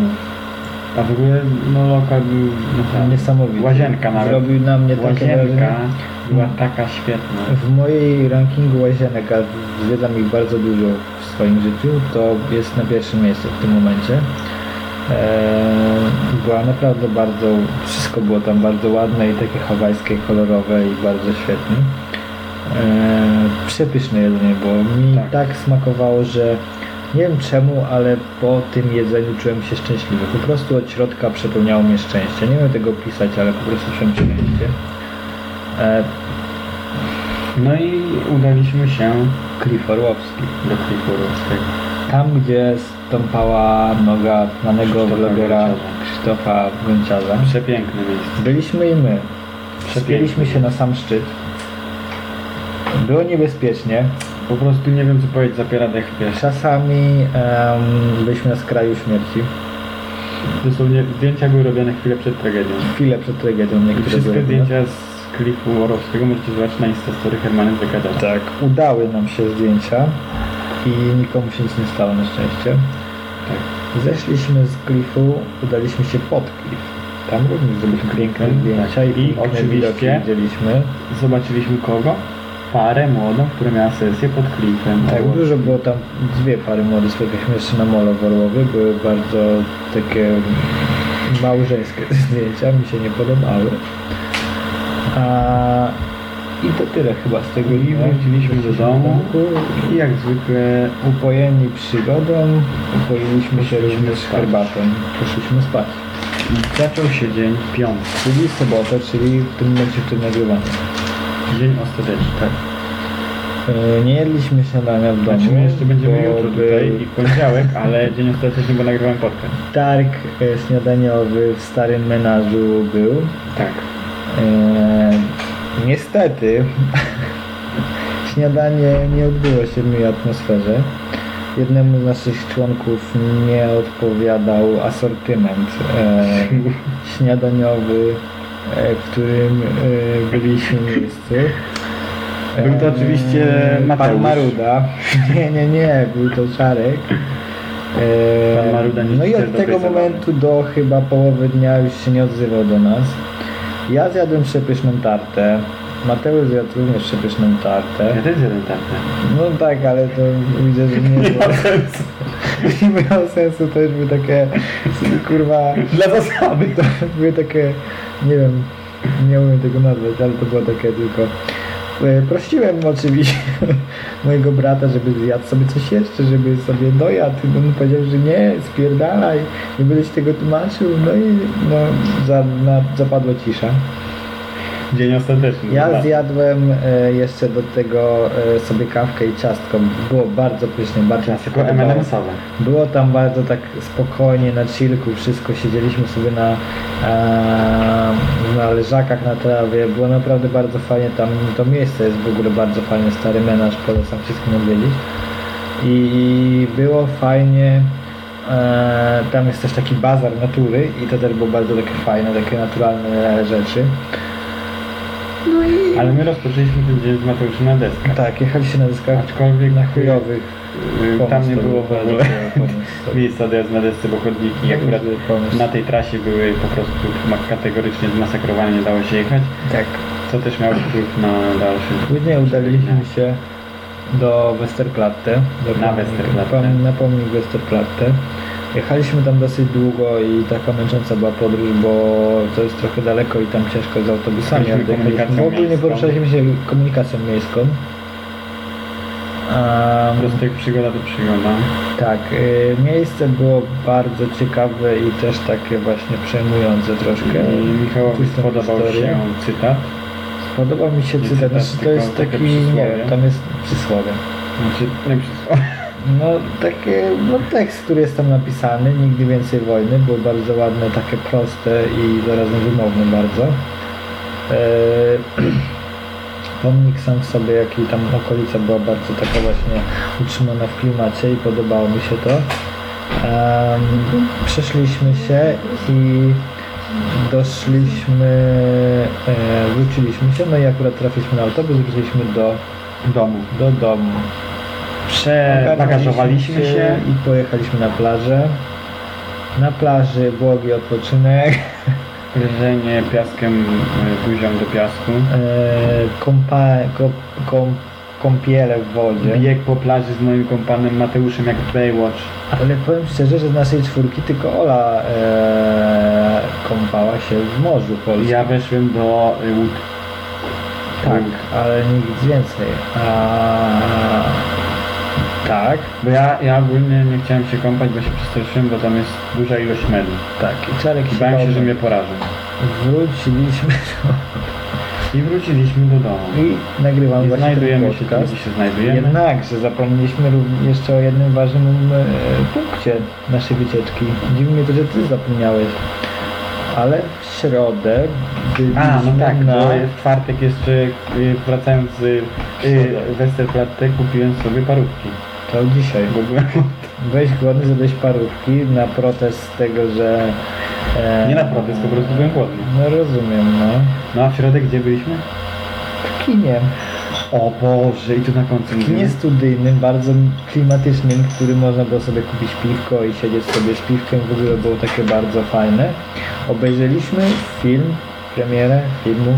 S2: a w ogóle no lokal był no, tam,
S1: Niesamowity.
S2: Łazienka nawet.
S1: Zrobił na mnie takie wrażenie.
S2: Łazienka była taka świetna.
S1: W mojej rankingu łazienek, a zwiedzam ich bardzo dużo w swoim życiu, to jest na pierwszym miejscu w tym momencie. Eee, była naprawdę bardzo, wszystko było tam bardzo ładne i takie hawajskie, kolorowe i bardzo świetne. Eee, przepyszne jedzenie było. Mi tak.
S2: Tak.
S1: smakowało, że nie wiem czemu, ale po tym jedzeniu czułem się szczęśliwy. Po prostu od środka przepełniało mnie szczęście. Nie wiem tego pisać, ale po prostu czułem szczęście. E,
S2: No i udaliśmy się
S1: Kliforłowski.
S2: do Kliforowskiego.
S1: Tam, gdzie stąpała noga znanego
S2: Krzysztofa
S1: vlogera
S2: Gąciarza.
S1: Krzysztofa Gąciarza.
S2: Przepiękne miejsce.
S1: Byliśmy i my. Przespieliśmy się na sam szczyt. Było niebezpiecznie.
S2: Po prostu nie wiem co powiedzieć, zapiera dech w piersi.
S1: Czasami em, byliśmy na skraju śmierci.
S2: Dosłownie zdjęcia były robione chwilę przed tragedią.
S1: Chwilę przed tragedią
S2: I
S1: niektóre
S2: wszystkie
S1: były.
S2: zdjęcia z klipu Orowskiego możecie zobaczyć na Instastory Hermany Wygadacza.
S1: Tak, udały nam się zdjęcia i nikomu się nic nie stało na szczęście.
S2: Tak.
S1: Zeszliśmy z klifu, udaliśmy się pod klif. Tam również zrobiliśmy piękne
S2: klifem,
S1: zdjęcia
S2: tak.
S1: i,
S2: I
S1: piękne
S2: oczywiście-
S1: widoki widzieliśmy.
S2: Zobaczyliśmy kogo? Parę młodą, która miała sesję pod klifem.
S1: Tak, dużo było tam, dwie pary młodych spotkaliśmy jeszcze na molo Orłowy, były bardzo takie małżeńskie zdjęcia, mi się nie podobały. A, I to tyle chyba z tego
S2: I wróciliśmy do domu i jak zwykle
S1: Upojeni przygodą, upoiliśmy się również
S2: spać.
S1: herbatą, poszliśmy spać.
S2: zaczął się dzień piąty.
S1: Czyli sobotę, czyli w tym momencie, w którym nagrywamy.
S2: Dzień ostateczny.
S1: Tak. E, Nie jedliśmy śniadania w domu.
S2: Znaczy my jeszcze będziemy
S1: bo
S2: jutro
S1: był
S2: tutaj i w poniedziałek, ale dzień ostateczny, bo nagrywam podcast.
S1: Targ e, śniadaniowy w starym menażu był.
S2: Tak.
S1: E, niestety śniadanie nie odbyło się w miłej atmosferze. Jednemu z naszych członków nie odpowiadał asortyment e, śniadaniowy, e, w którym e, byliśmy wszyscy.
S2: Był to oczywiście
S1: E,
S2: Mateusz.
S1: Pan Maruda. Nie, nie, nie, był to Czarek. E,
S2: Pan Maruda nie
S1: no i
S2: jest
S1: od tego
S2: dobrej zabawy.
S1: momentu do chyba połowy dnia już się nie odzywał do nas. Ja zjadłem przepyszną tartę. Mateusz zjadł również przepyszną tartę.
S2: Ja też jeden tartę.
S1: No tak, ale to widzę, że nie było. Nie miało sensu, to już były takie kurwa...
S2: Dla zasady.
S1: To były takie, nie wiem, nie umiem tego nazwać, ale to było takie tylko... E, Prosiłem oczywiście mojego brata, żeby zjadł sobie coś jeszcze, żeby sobie dojadł. No, On powiedział, że nie, spierdalaj, nie będę ci tego tłumaczył. No i no, za, na, zapadła cisza.
S2: Dzień ostateczny.
S1: Ja
S2: Dobra.
S1: zjadłem e, jeszcze do tego e, sobie kawkę i ciastko. Było bardzo pyszne, bardzo mi się
S2: Tylko
S1: podobało.
S2: M&M'sowe.
S1: Było tam bardzo tak spokojnie, na chillku, wszystko. Siedzieliśmy sobie na, e, na leżakach, na trawie. Było naprawdę bardzo fajnie. Tam to miejsce jest w ogóle bardzo fajne. Stary menaż, polecam wszystkim odwiedzić. I było fajnie. E, tam jest też taki bazar natury i to też było bardzo takie fajne, takie naturalne rzeczy. No i...
S2: Ale my rozpoczęliśmy ten dzień z Mateuszem na deskę.
S1: Tak, jechaliście na dyskach
S2: Aczkolwiek
S1: na chujowych.
S2: y, Tam nie było w ogóle miejsca do jazdy na desce, bo chodniki akurat
S1: pomysł.
S2: na tej trasie były po prostu ma- kategorycznie zmasakrowane, nie dało się jechać,
S1: Tak.
S2: co też miało wpływ na dalszy.
S1: Później udaliśmy się do Westerplatte. Do
S2: Na
S1: pomnik-
S2: Westerplatte.
S1: pom- Na pomnik Westerplatte. Jechaliśmy tam dosyć długo i taka męcząca była podróż, bo to jest trochę daleko i tam ciężko z autobusami. ale
S2: Jechaliśmy
S1: jechaliśmy-
S2: komunikacją
S1: Bo ogólnie
S2: miejską.
S1: poruszaliśmy się komunikacją miejską.
S2: Po
S1: Um,
S2: prostu jak przygoda to przygoda.
S1: Tak, y, miejsce było bardzo ciekawe i też takie właśnie przejmujące troszkę.
S2: I Michałowi
S1: Tłustą
S2: spodobał
S1: historię.
S2: się cytat,
S1: Podoba mi się
S2: Nie
S1: cytat,
S2: cytat,
S1: znaczy to
S2: tylko
S1: jest
S2: takie
S1: taki, nie
S2: przysłowie.
S1: wiem, tam jest przysłowie.
S2: znaczy nie przez
S1: No takie, no tekst, który jest tam napisany, nigdy więcej wojny, było bardzo ładne, takie proste i zarazem wymowne bardzo. Eee, pomnik sam w sobie, jak i tam okolica była bardzo taka właśnie utrzymana w klimacie i podobało mi się to. Em, przeszliśmy się i doszliśmy, e, wróciliśmy się, no i akurat trafiliśmy na autobus, wróciliśmy do,
S2: domu.
S1: do domu.
S2: Przebagażowaliśmy się
S1: i pojechaliśmy na plażę. Na plaży błogi odpoczynek,
S2: leżenie piaskiem, y, buzią do piasku.
S1: e, kąpa, ko, kom, kąpiele w wodzie.
S2: Bieg po plaży z moim kompanem Mateuszem jak w Baywatch.
S1: Ale powiem szczerze, że z naszej czwórki tylko Ola e, kąpała się w morzu polskim.
S2: Ja weszłem do y, łód.
S1: tak, ale nikt więcej. A, tak,
S2: Bo ja, ja ogólnie nie chciałem się kąpać, bo się przestraszyłem, bo tam jest duża ilość meli.
S1: tak. I Czarek
S2: I bałem
S1: bał.
S2: się, że mnie porażą.
S1: Wróciliśmy
S2: I wróciliśmy do domu.
S1: No I nagrywam
S2: I
S1: właśnie
S2: znajdujemy
S1: ten
S2: się tam,
S1: podcast.
S2: gdzie się znajdujemy.
S1: Jednakże zapomnieliśmy ró- jeszcze o jednym ważnym e, punkcie naszej wycieczki. Dziwi mnie to, że ty zapomniałeś. Ale w środę byliśmy
S2: A, no tak,
S1: na...
S2: bo w czwartek jeszcze y, wracając z y, Westerplatte kupiłem sobie parówki.
S1: To dzisiaj.
S2: Bo byłem,
S1: Byłeś głodny, zadałeś parówki na protest tego, że... e,
S2: nie na protest, po prostu byłem głodny.
S1: No rozumiem, no.
S2: No a w środę gdzie byliśmy?
S1: W kinie.
S2: O Boże, i tu na końcu
S1: W kinie studyjnym, bardzo klimatycznym, w którym można było sobie kupić piwko i siedzieć sobie z piwkiem. W ogóle było takie bardzo fajne. Obejrzeliśmy film, premierę filmu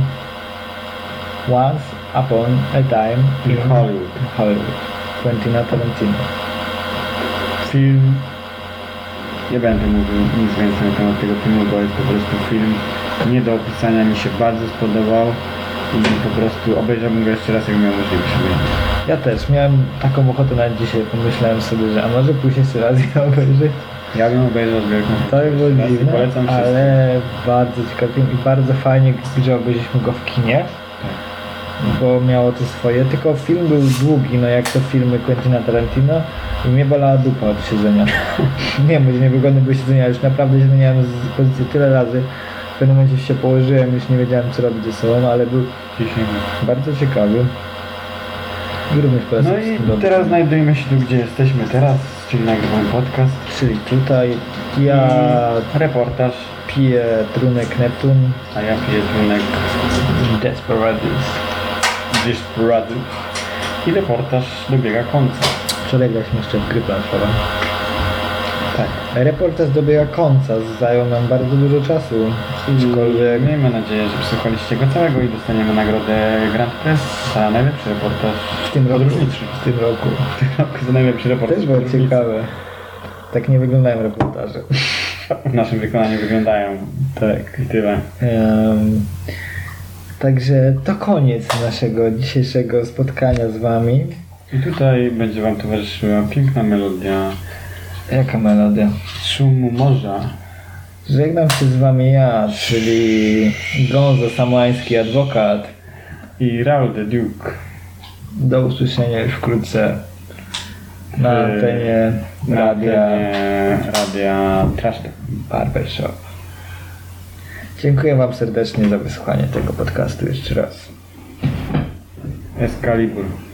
S1: Once Upon a Time
S2: In Hollywood.
S1: Hollywood. Quentina Tarantino.
S2: Film... Nie będę mówił nic więcej na temat tego filmu, bo jest po prostu film nie do opisania, mi się bardzo spodobał i po prostu obejrzałbym go jeszcze raz, jak miał możliwość.
S1: Ja też miałem taką ochotę na dzisiaj, pomyślałem sobie, że a może pójść jeszcze raz i obejrzeć.
S2: Ja bym obejrzał z wielką
S1: To by było
S2: przyjemnością i
S1: dziwne,
S2: polecam wszystkim.
S1: ale bardzo ciekawy film i bardzo fajnie, że obejrzeliśmy go w kinie,
S2: Tak.
S1: bo miało to swoje, tylko film był długi, no jak to filmy Quentina Tarantino i mnie bolała dupa od siedzenia. nie wiem, że niewygodne było siedzenie, ale już naprawdę zmieniałem z pozycji tyle razy, w pewnym momencie się położyłem, już nie wiedziałem co robić ze sobą, ale był
S2: Ciśniemy.
S1: bardzo ciekawy. I również polecam
S2: No
S1: wszystkim do
S2: i teraz
S1: obejrzenia.
S2: znajdujemy się tu, gdzie jesteśmy teraz, czyli nagrywam podcast.
S1: Czyli tutaj ja
S2: I reportaż,
S1: piję trunek Neptun
S2: a ja piję dzwonek
S1: Desperados.
S2: Desperado. I reportaż dobiega końca.
S1: Wczoraj graliśmy jeszcze w gry planszowe.
S2: Tak.
S1: Reportaż dobiega końca, zajął nam bardzo dużo czasu.
S2: Aczkolwiek miejmy nadzieję, że przysłuchaliście go całego i dostaniemy nagrodę Grand Press za najlepszy reportaż
S1: W tym roku.
S2: podróżniczy.
S1: W tym roku.
S2: W tym roku za najlepszy reportaż
S1: Też było
S2: podróżniczy.
S1: ciekawe. Tak nie wyglądają reportaże.
S2: W naszym wykonaniu wyglądają. Tak. I tyle.
S1: Em, także to koniec naszego dzisiejszego spotkania z wami.
S2: I tutaj będzie wam towarzyszyła piękna melodia
S1: Jaka melodia?
S2: szumu morza.
S1: Żegnam się z wami ja, czyli Gonzo Samoański Adwokat.
S2: I Raul de Duke.
S1: Do usłyszenia już wkrótce na
S2: Yy,
S1: antenie radia.
S2: antenie radia Trash Talk.
S1: Barbershop. Dziękuję Wam serdecznie za wysłuchanie tego podcastu jeszcze raz.
S2: Excalibur.